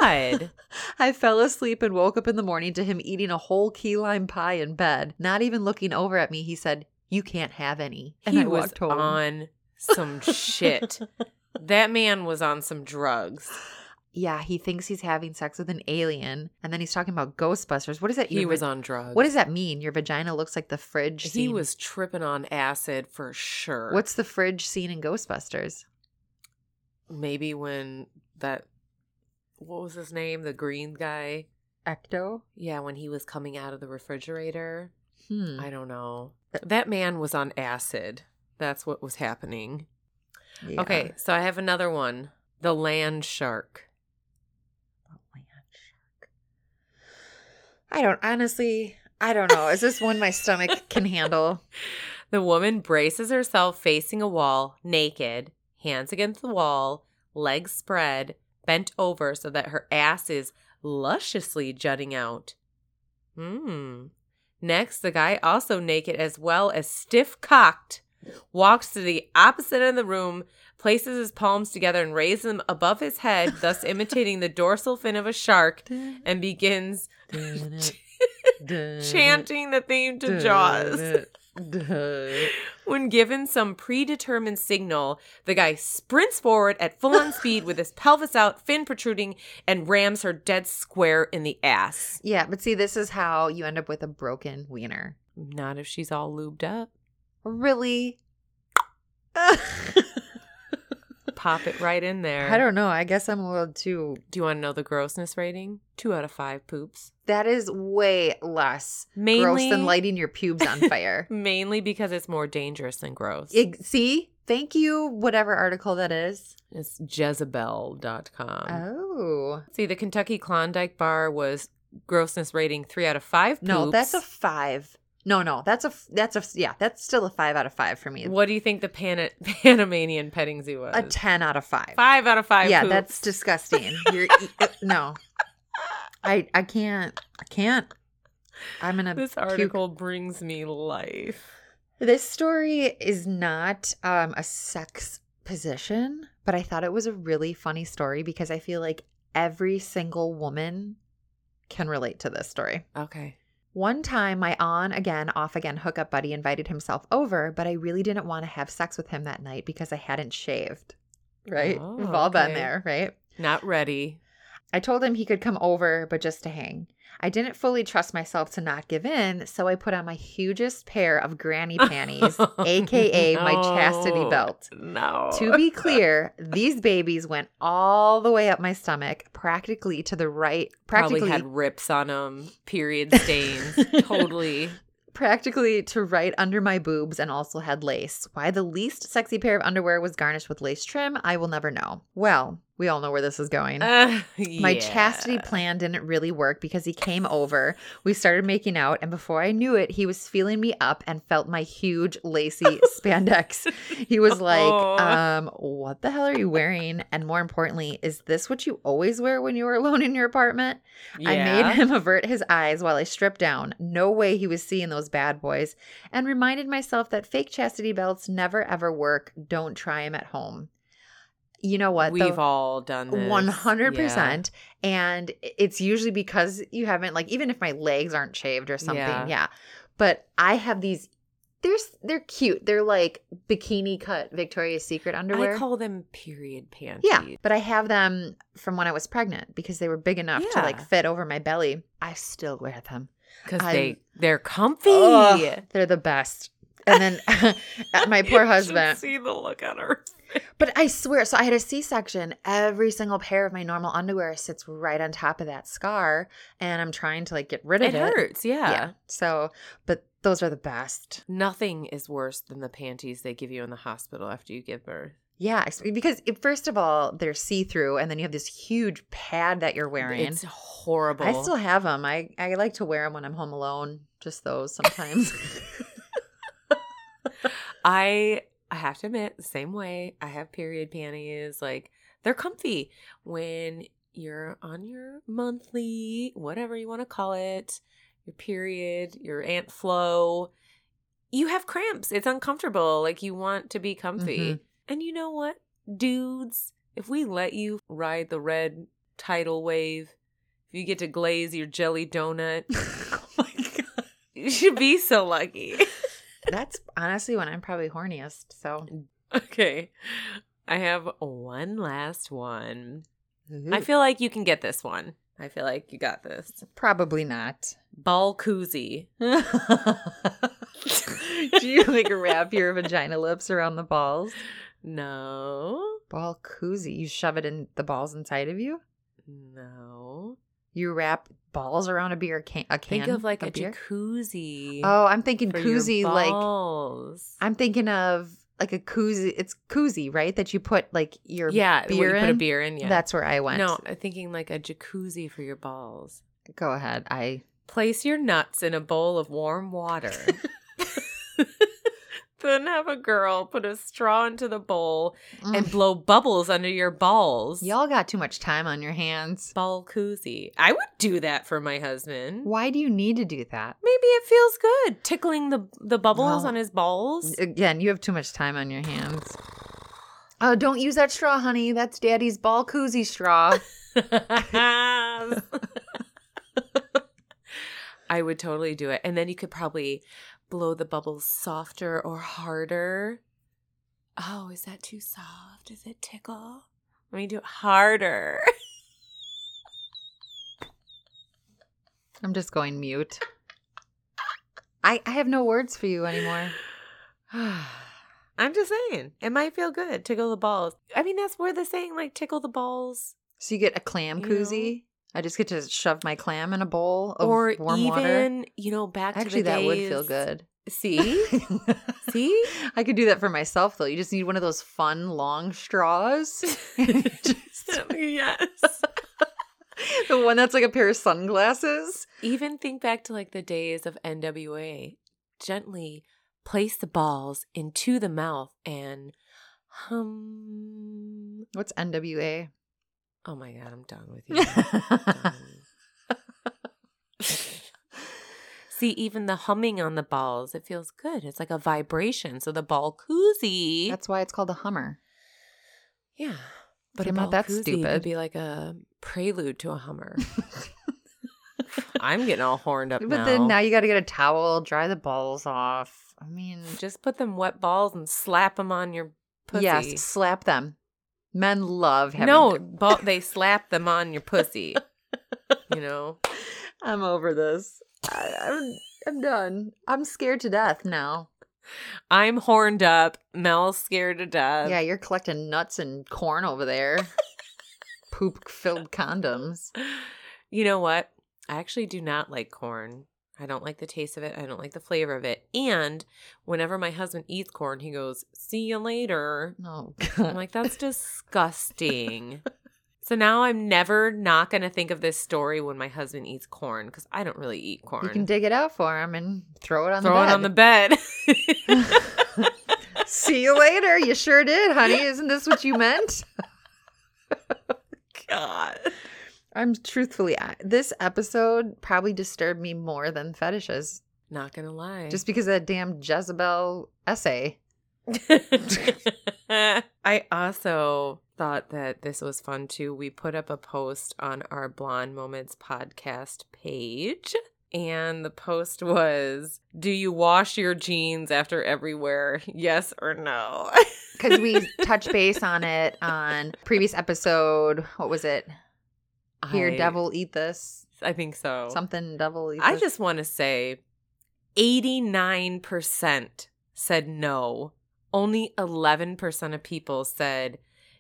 [SPEAKER 2] my God.
[SPEAKER 1] I fell asleep and woke up in the morning to him eating a whole key lime pie in bed. Not even looking over at me, he said, You can't have any. And
[SPEAKER 2] he
[SPEAKER 1] I
[SPEAKER 2] was
[SPEAKER 1] walked home.
[SPEAKER 2] on some shit. That man was on some drugs.
[SPEAKER 1] yeah, he thinks he's having sex with an alien. And then he's talking about Ghostbusters. What is that?
[SPEAKER 2] He
[SPEAKER 1] your
[SPEAKER 2] was
[SPEAKER 1] va-
[SPEAKER 2] on drugs.
[SPEAKER 1] What does that mean? Your vagina looks like the fridge
[SPEAKER 2] He
[SPEAKER 1] scene.
[SPEAKER 2] was tripping on acid for sure.
[SPEAKER 1] What's the fridge scene in Ghostbusters?
[SPEAKER 2] maybe when that what was his name? The green guy.
[SPEAKER 1] Ecto?
[SPEAKER 2] Yeah, when he was coming out of the refrigerator.
[SPEAKER 1] Hmm.
[SPEAKER 2] I don't know. That man was on acid. That's what was happening.
[SPEAKER 1] Yeah.
[SPEAKER 2] Okay, so I have another one. The land shark.
[SPEAKER 1] Land shark. I don't honestly. I don't know. Is this one my stomach can handle?
[SPEAKER 2] The woman braces herself facing a wall, naked, hands against the wall, legs spread, bent over so that her ass is lusciously jutting out. Hmm. Next, the guy, also naked as well as stiff cocked, walks to the opposite end of the room, places his palms together and raises them above his head, thus imitating the dorsal fin of a shark, and begins
[SPEAKER 1] Mm-hmm.
[SPEAKER 2] chanting the theme to Jaws. When given some predetermined signal, the guy sprints forward at full on speed with his pelvis out, fin protruding, and rams her dead square in the ass.
[SPEAKER 1] Yeah, but see, this is how you end up with a broken wiener.
[SPEAKER 2] Not if she's all lubed up.
[SPEAKER 1] Really?
[SPEAKER 2] Pop it right in there.
[SPEAKER 1] I don't know. I guess I'm a little too.
[SPEAKER 2] Do you want to know the grossness rating? Two out of five poops.
[SPEAKER 1] That is way less
[SPEAKER 2] Mainly,
[SPEAKER 1] gross than lighting your pubes on fire.
[SPEAKER 2] mainly because it's more dangerous than gross.
[SPEAKER 1] Ig- see? Thank you, whatever article that is.
[SPEAKER 2] it's Jezebel.com.
[SPEAKER 1] oh.
[SPEAKER 2] See, the Kentucky Klondike Bar was grossness rating three out of five poops.
[SPEAKER 1] No, that's a five. No, no, that's a f- that's a f- yeah, that's still a five out of five for me.
[SPEAKER 2] What do you think the Pan- Panamanian petting zoo was?
[SPEAKER 1] A ten out of five.
[SPEAKER 2] Five out of five.
[SPEAKER 1] yeah,
[SPEAKER 2] poops.
[SPEAKER 1] that's disgusting. You're uh, no, I I can't I can't. I'm gonna
[SPEAKER 2] this
[SPEAKER 1] puke.
[SPEAKER 2] article brings me life.
[SPEAKER 1] This story is not um, a sex position, but I thought it was a really funny story because I feel like every single woman can relate to this story.
[SPEAKER 2] Okay.
[SPEAKER 1] One time, my on again, off again hookup buddy invited himself over, but I really didn't want to have sex with him that night because I hadn't shaved. Right?
[SPEAKER 2] Oh,
[SPEAKER 1] We've all been
[SPEAKER 2] okay.
[SPEAKER 1] there, right?
[SPEAKER 2] Not ready.
[SPEAKER 1] I told him he could come over, but just to hang. I didn't fully trust myself to not give in, so I put on my hugest pair of granny panties, aka my chastity
[SPEAKER 2] Oh, No. Oh.
[SPEAKER 1] belt.
[SPEAKER 2] No.
[SPEAKER 1] To be clear, these babies went all the way up my stomach, practically to the right,
[SPEAKER 2] Probably
[SPEAKER 1] practically
[SPEAKER 2] had rips on them, period stains. totally.
[SPEAKER 1] practically to right under my boobs and also had lace. Why the least sexy pair of underwear was garnished with lace trim, I will never know. Well, we all know where this is going.
[SPEAKER 2] Uh,
[SPEAKER 1] My
[SPEAKER 2] yeah.
[SPEAKER 1] chastity plan didn't really work because he came over. We started making out, and before I knew it, he was feeling me up and felt my huge lacy spandex. He was like,
[SPEAKER 2] Aw.
[SPEAKER 1] um, What the hell are you wearing? And more importantly, is this what you always wear when you are alone in your apartment? I made
[SPEAKER 2] Yeah.
[SPEAKER 1] him avert his eyes while I stripped down. No way he was seeing those bad boys, and reminded myself that fake chastity belts never ever work. Don't try them at home. You know what?
[SPEAKER 2] We've
[SPEAKER 1] though?
[SPEAKER 2] all done this.
[SPEAKER 1] One hundred percent, and it's usually because you haven't like even if my legs aren't shaved or something, yeah.
[SPEAKER 2] Yeah.
[SPEAKER 1] But I have these. They're s- they're cute. They're like bikini cut Victoria's Secret
[SPEAKER 2] Yeah.
[SPEAKER 1] underwear.
[SPEAKER 2] I call them period panties.
[SPEAKER 1] yeah, but I have them from when I was pregnant because they were big enough to
[SPEAKER 2] Yeah.
[SPEAKER 1] like fit over my belly. I still wear them.
[SPEAKER 2] Because
[SPEAKER 1] I'm-
[SPEAKER 2] they, they're comfy.
[SPEAKER 1] Ugh, they're the best. And then my poor
[SPEAKER 2] You should
[SPEAKER 1] husband.
[SPEAKER 2] See the look on her.
[SPEAKER 1] But I swear, so I had a C section. Every single pair of my normal underwear sits right on top of that scar, and I'm trying to like get rid of
[SPEAKER 2] It
[SPEAKER 1] it.
[SPEAKER 2] hurts.
[SPEAKER 1] Yeah.
[SPEAKER 2] yeah.
[SPEAKER 1] So, but those are the best.
[SPEAKER 2] Nothing is worse than the panties they give you in the hospital after you give birth.
[SPEAKER 1] Yeah, ex- because it- first of all, they're see through, and then you have this huge pad that you're wearing.
[SPEAKER 2] It's horrible.
[SPEAKER 1] I still have them. I I like to wear them when I'm home alone. Just those sometimes.
[SPEAKER 2] I I have to admit, the same way I have period panties, like they're comfy when you're on your monthly, whatever you want to call it, your period, your ant flow. You have cramps. It's uncomfortable. Like you want to be comfy.
[SPEAKER 1] Mhm.
[SPEAKER 2] And you know what, dudes? If we let you ride the red tidal wave, if you get to glaze your jelly donut,
[SPEAKER 1] oh my god.
[SPEAKER 2] you should be so lucky.
[SPEAKER 1] That's honestly when I'm probably horniest. So
[SPEAKER 2] Okay. I have one last one. I feel like you can get this one. I feel like you got this.
[SPEAKER 1] probably not.
[SPEAKER 2] Ball koozie.
[SPEAKER 1] Do you like wrap your vagina lips around the balls?
[SPEAKER 2] No.
[SPEAKER 1] Ball koozie. You shove it in the balls inside of you.
[SPEAKER 2] No.
[SPEAKER 1] You wrap balls around a beer can. A can
[SPEAKER 2] Think of like a,
[SPEAKER 1] beer.
[SPEAKER 2] jacuzzi.
[SPEAKER 1] Oh, I'm thinking
[SPEAKER 2] for your
[SPEAKER 1] koozie. Like
[SPEAKER 2] balls.
[SPEAKER 1] I'm thinking of like a koozie. It's koozie, right? That you put like your
[SPEAKER 2] yeah,
[SPEAKER 1] beer
[SPEAKER 2] where you put a
[SPEAKER 1] in?
[SPEAKER 2] beer in. Yeah,
[SPEAKER 1] That's where I went.
[SPEAKER 2] no. I'm thinking like a jacuzzi for your balls.
[SPEAKER 1] go ahead. I
[SPEAKER 2] Place your nuts in a bowl of warm water. then have a girl put a straw into the bowl and blow bubbles under your balls.
[SPEAKER 1] mm. y'all got too much time on your hands.
[SPEAKER 2] Ball koozie. I would do that for my husband.
[SPEAKER 1] Why do you need to do that?
[SPEAKER 2] Maybe it feels good tickling the the bubbles
[SPEAKER 1] No.
[SPEAKER 2] on his balls.
[SPEAKER 1] Again, you have too much time on your hands. Oh, don't use that straw, honey. That's daddy's ball koozie straw.
[SPEAKER 2] I would totally do it. And then you could probably blow the bubbles softer or harder. Oh, is that too soft? Does it tickle? Let me do it harder.
[SPEAKER 1] I'm just going mute. I, I have no words for you anymore.
[SPEAKER 2] I'm just saying, it might feel good. Tickle the balls. I mean, that's where the saying, like, tickle the balls.
[SPEAKER 1] So you get a clam
[SPEAKER 2] You know?
[SPEAKER 1] koozie. I just get to shove my clam in a bowl of
[SPEAKER 2] or
[SPEAKER 1] warm
[SPEAKER 2] even,
[SPEAKER 1] water.
[SPEAKER 2] you know, back
[SPEAKER 1] Actually,
[SPEAKER 2] to the
[SPEAKER 1] that would
[SPEAKER 2] days-
[SPEAKER 1] feel good.
[SPEAKER 2] See? See?
[SPEAKER 1] I could do that for myself though. You just need one of those fun long straws. Just-
[SPEAKER 2] yes.
[SPEAKER 1] the one that's like a pair of sunglasses.
[SPEAKER 2] Even think back to like the days of NWA. Gently place the balls into the mouth and hum.
[SPEAKER 1] What's NWA?
[SPEAKER 2] Oh my God, I'm done with you. Done. See, even the humming on the balls, it feels good. It's like a vibration. So the ball koozie.
[SPEAKER 1] That's why it's called a Hummer.
[SPEAKER 2] yeah. But
[SPEAKER 1] I'm
[SPEAKER 2] a
[SPEAKER 1] not
[SPEAKER 2] ball
[SPEAKER 1] that
[SPEAKER 2] koozie
[SPEAKER 1] stupid.
[SPEAKER 2] could be like a prelude to a hummer. I'm getting all horned up
[SPEAKER 1] But
[SPEAKER 2] now.
[SPEAKER 1] then now you got to get a towel, dry the balls off. I mean,
[SPEAKER 2] Just put them wet balls and slap them on your pussy.
[SPEAKER 1] yes, slap them. Men love having.
[SPEAKER 2] no, ball, they slap them on your pussy. you know,
[SPEAKER 1] I'm over this. I, I'm I'm done. I'm scared to death now.
[SPEAKER 2] I'm horned up. Mel's scared to death.
[SPEAKER 1] yeah, you're collecting nuts and corn over there. Poop filled condoms.
[SPEAKER 2] You know what? I actually do not like corn. I don't like the taste of it. I don't like the flavor of it. And whenever my husband eats corn, he goes, "See you later."
[SPEAKER 1] Oh
[SPEAKER 2] I'm
[SPEAKER 1] god.
[SPEAKER 2] like, "That's disgusting." so now I'm never not going to think of this story when my husband eats corn because I don't really eat corn.
[SPEAKER 1] You can dig it out for him and throw it on
[SPEAKER 2] Throw it on the
[SPEAKER 1] the
[SPEAKER 2] bed.
[SPEAKER 1] bed. See you later. You sure did, honey. Isn't this what you meant?
[SPEAKER 2] God.
[SPEAKER 1] I'm truthfully, I- this episode probably disturbed me more than fetishes,
[SPEAKER 2] Not gonna lie.
[SPEAKER 1] just because of that damn Jezebel essay.
[SPEAKER 2] I also thought that this was fun too. We put up a post on our Blonde Moments podcast page. And the post was Do you wash your jeans after every wear? Yes or no?
[SPEAKER 1] Because we touched base on it on previous episode. What was it? Here,
[SPEAKER 2] I-
[SPEAKER 1] devil eat this.
[SPEAKER 2] I think so.
[SPEAKER 1] Something devil eat
[SPEAKER 2] I
[SPEAKER 1] this.
[SPEAKER 2] just want to say 89% said no. Only 11% of people said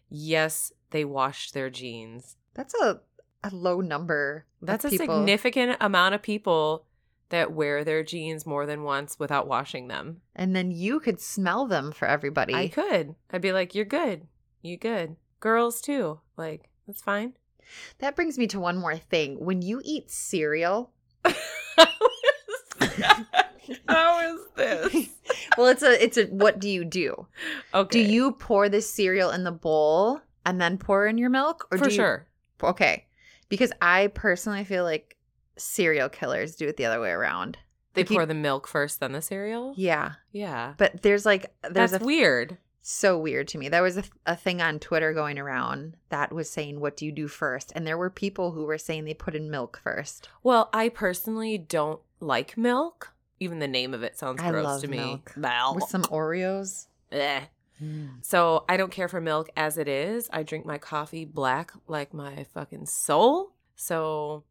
[SPEAKER 2] yes, they washed their jeans.
[SPEAKER 1] That's a, a low number. of
[SPEAKER 2] That's a
[SPEAKER 1] people.
[SPEAKER 2] significant amount of people that wear their jeans more than once without washing them.
[SPEAKER 1] And then you could smell them for everybody.
[SPEAKER 2] I could. I'd be like, you're good. You good. Girls too. Like, that's fine.
[SPEAKER 1] That brings me to one more thing. When you eat cereal,
[SPEAKER 2] How is this?
[SPEAKER 1] Well, it's a it's a what do you do? Do
[SPEAKER 2] Okay.
[SPEAKER 1] you pour the cereal in the bowl and then pour in your milk or
[SPEAKER 2] for
[SPEAKER 1] do you,
[SPEAKER 2] sure?
[SPEAKER 1] Okay. Because I personally feel like serial killers do it the other way around.
[SPEAKER 2] They
[SPEAKER 1] Like you-
[SPEAKER 2] pour the milk first, then the cereal.
[SPEAKER 1] Yeah.
[SPEAKER 2] Yeah.
[SPEAKER 1] But there's like there's
[SPEAKER 2] That's
[SPEAKER 1] a
[SPEAKER 2] weird.
[SPEAKER 1] so weird to me. There was a, a thing on Twitter going around that was saying what do you do first? And there were people who were saying they put in milk first.
[SPEAKER 2] Well, I personally don't like milk. Even the name of it sounds
[SPEAKER 1] I
[SPEAKER 2] gross
[SPEAKER 1] love
[SPEAKER 2] to me.
[SPEAKER 1] milk.
[SPEAKER 2] Well,
[SPEAKER 1] With some Oreos.
[SPEAKER 2] eh.
[SPEAKER 1] Mm.
[SPEAKER 2] So I don't care for milk as it is. I drink my coffee black like my fucking soul. So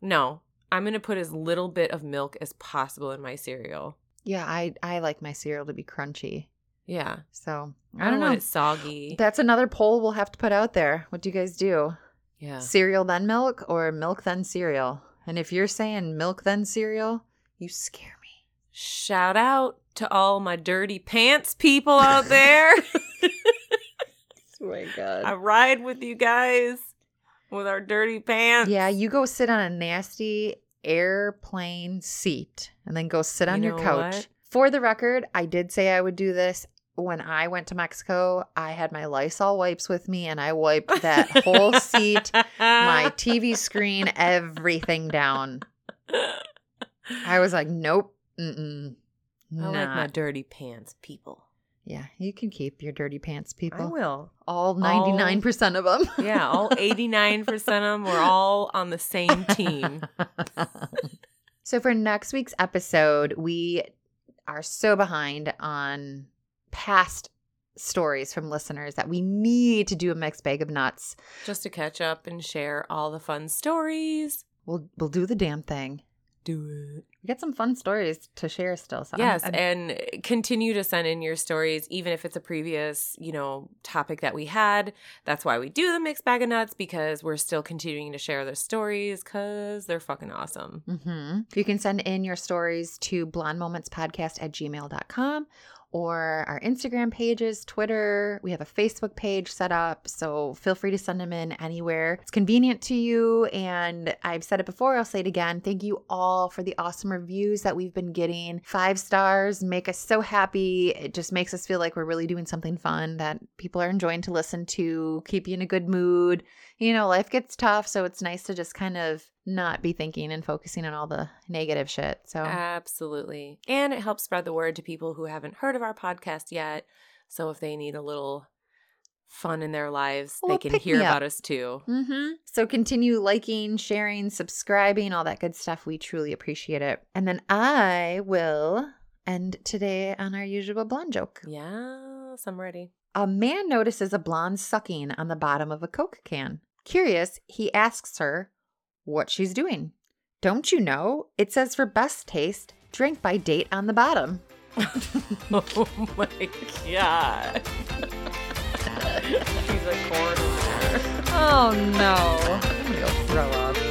[SPEAKER 2] no, I'm gonna put as little bit of milk as possible in my cereal.
[SPEAKER 1] Yeah, I I like my cereal to be crunchy.
[SPEAKER 2] Yeah,
[SPEAKER 1] So, I don't,
[SPEAKER 2] want
[SPEAKER 1] know.
[SPEAKER 2] it soggy.
[SPEAKER 1] That's another poll we'll have to put out there. What do you guys do?
[SPEAKER 2] yeah,
[SPEAKER 1] Cereal then milk or milk then cereal? And if you're saying milk then cereal, you scare me.
[SPEAKER 2] shout out to all my dirty pants people out there.
[SPEAKER 1] Oh my
[SPEAKER 2] I
[SPEAKER 1] god.
[SPEAKER 2] ride with you guys with our dirty pants.
[SPEAKER 1] Yeah, you go sit on a nasty airplane seat and then go sit
[SPEAKER 2] You
[SPEAKER 1] on your
[SPEAKER 2] know
[SPEAKER 1] couch.
[SPEAKER 2] what?
[SPEAKER 1] For the record, I did say I would do this. When I went to Mexico, I had my Lysol wipes with me and I wiped that whole seat, my TV screen, everything down. I was like, nope. Mm-mm.
[SPEAKER 2] I
[SPEAKER 1] Not.
[SPEAKER 2] like my dirty pants people.
[SPEAKER 1] yeah, you can keep your dirty pants, people.
[SPEAKER 2] I will.
[SPEAKER 1] All 99% of them.
[SPEAKER 2] Yeah, all 89% of them were all on the same team.
[SPEAKER 1] so for next week's episode, we are so behind on past stories from listeners that we need to do a mixed bag of nuts.
[SPEAKER 2] Just to catch up and share all the fun stories.
[SPEAKER 1] We'll we'll do the damn thing.
[SPEAKER 2] Do it.
[SPEAKER 1] We got some fun stories to share still. So I'm-
[SPEAKER 2] Yes,
[SPEAKER 1] I'm-
[SPEAKER 2] and continue to send in your stories, even if it's a previous, you know, topic that we had. That's why we do the mixed bag of nuts because we're still continuing to share their stories because they're fucking awesome.
[SPEAKER 1] Mhm. You can send in your stories to blondemomentspodcast at gmail.com or our Instagram pages, Twitter. We have a Facebook page set up, so feel free to send them in anywhere. It's convenient to you. And I've said it before, I'll say it again. Thank you all for the awesome reviews that we've been getting. Five stars make us so happy. It just makes us feel like we're really doing something fun that people are enjoying to listen to, keep you in a good mood you know, life gets tough, so it's nice to just kind of not be thinking and focusing on all the negative shit. So,
[SPEAKER 2] Uh, Absolutely. And it helps spread the word to people who haven't heard of our podcast yet. So if they need a little fun in their lives,
[SPEAKER 1] A
[SPEAKER 2] they
[SPEAKER 1] little
[SPEAKER 2] can
[SPEAKER 1] pick
[SPEAKER 2] hear
[SPEAKER 1] me up.
[SPEAKER 2] about us too.
[SPEAKER 1] hmm so continue liking, sharing, subscribing, all that good stuff. We truly appreciate it. And then I will end today on our usual blonde joke.
[SPEAKER 2] Yes, I'm ready.
[SPEAKER 1] A man notices a blonde sucking on the bottom of a Coke can. Curious, he asks her what she's doing. Don't you know? It says for best taste, drink by date on the bottom.
[SPEAKER 2] oh my God. He's a corner.
[SPEAKER 1] Oh no. I'm gonna go throw up.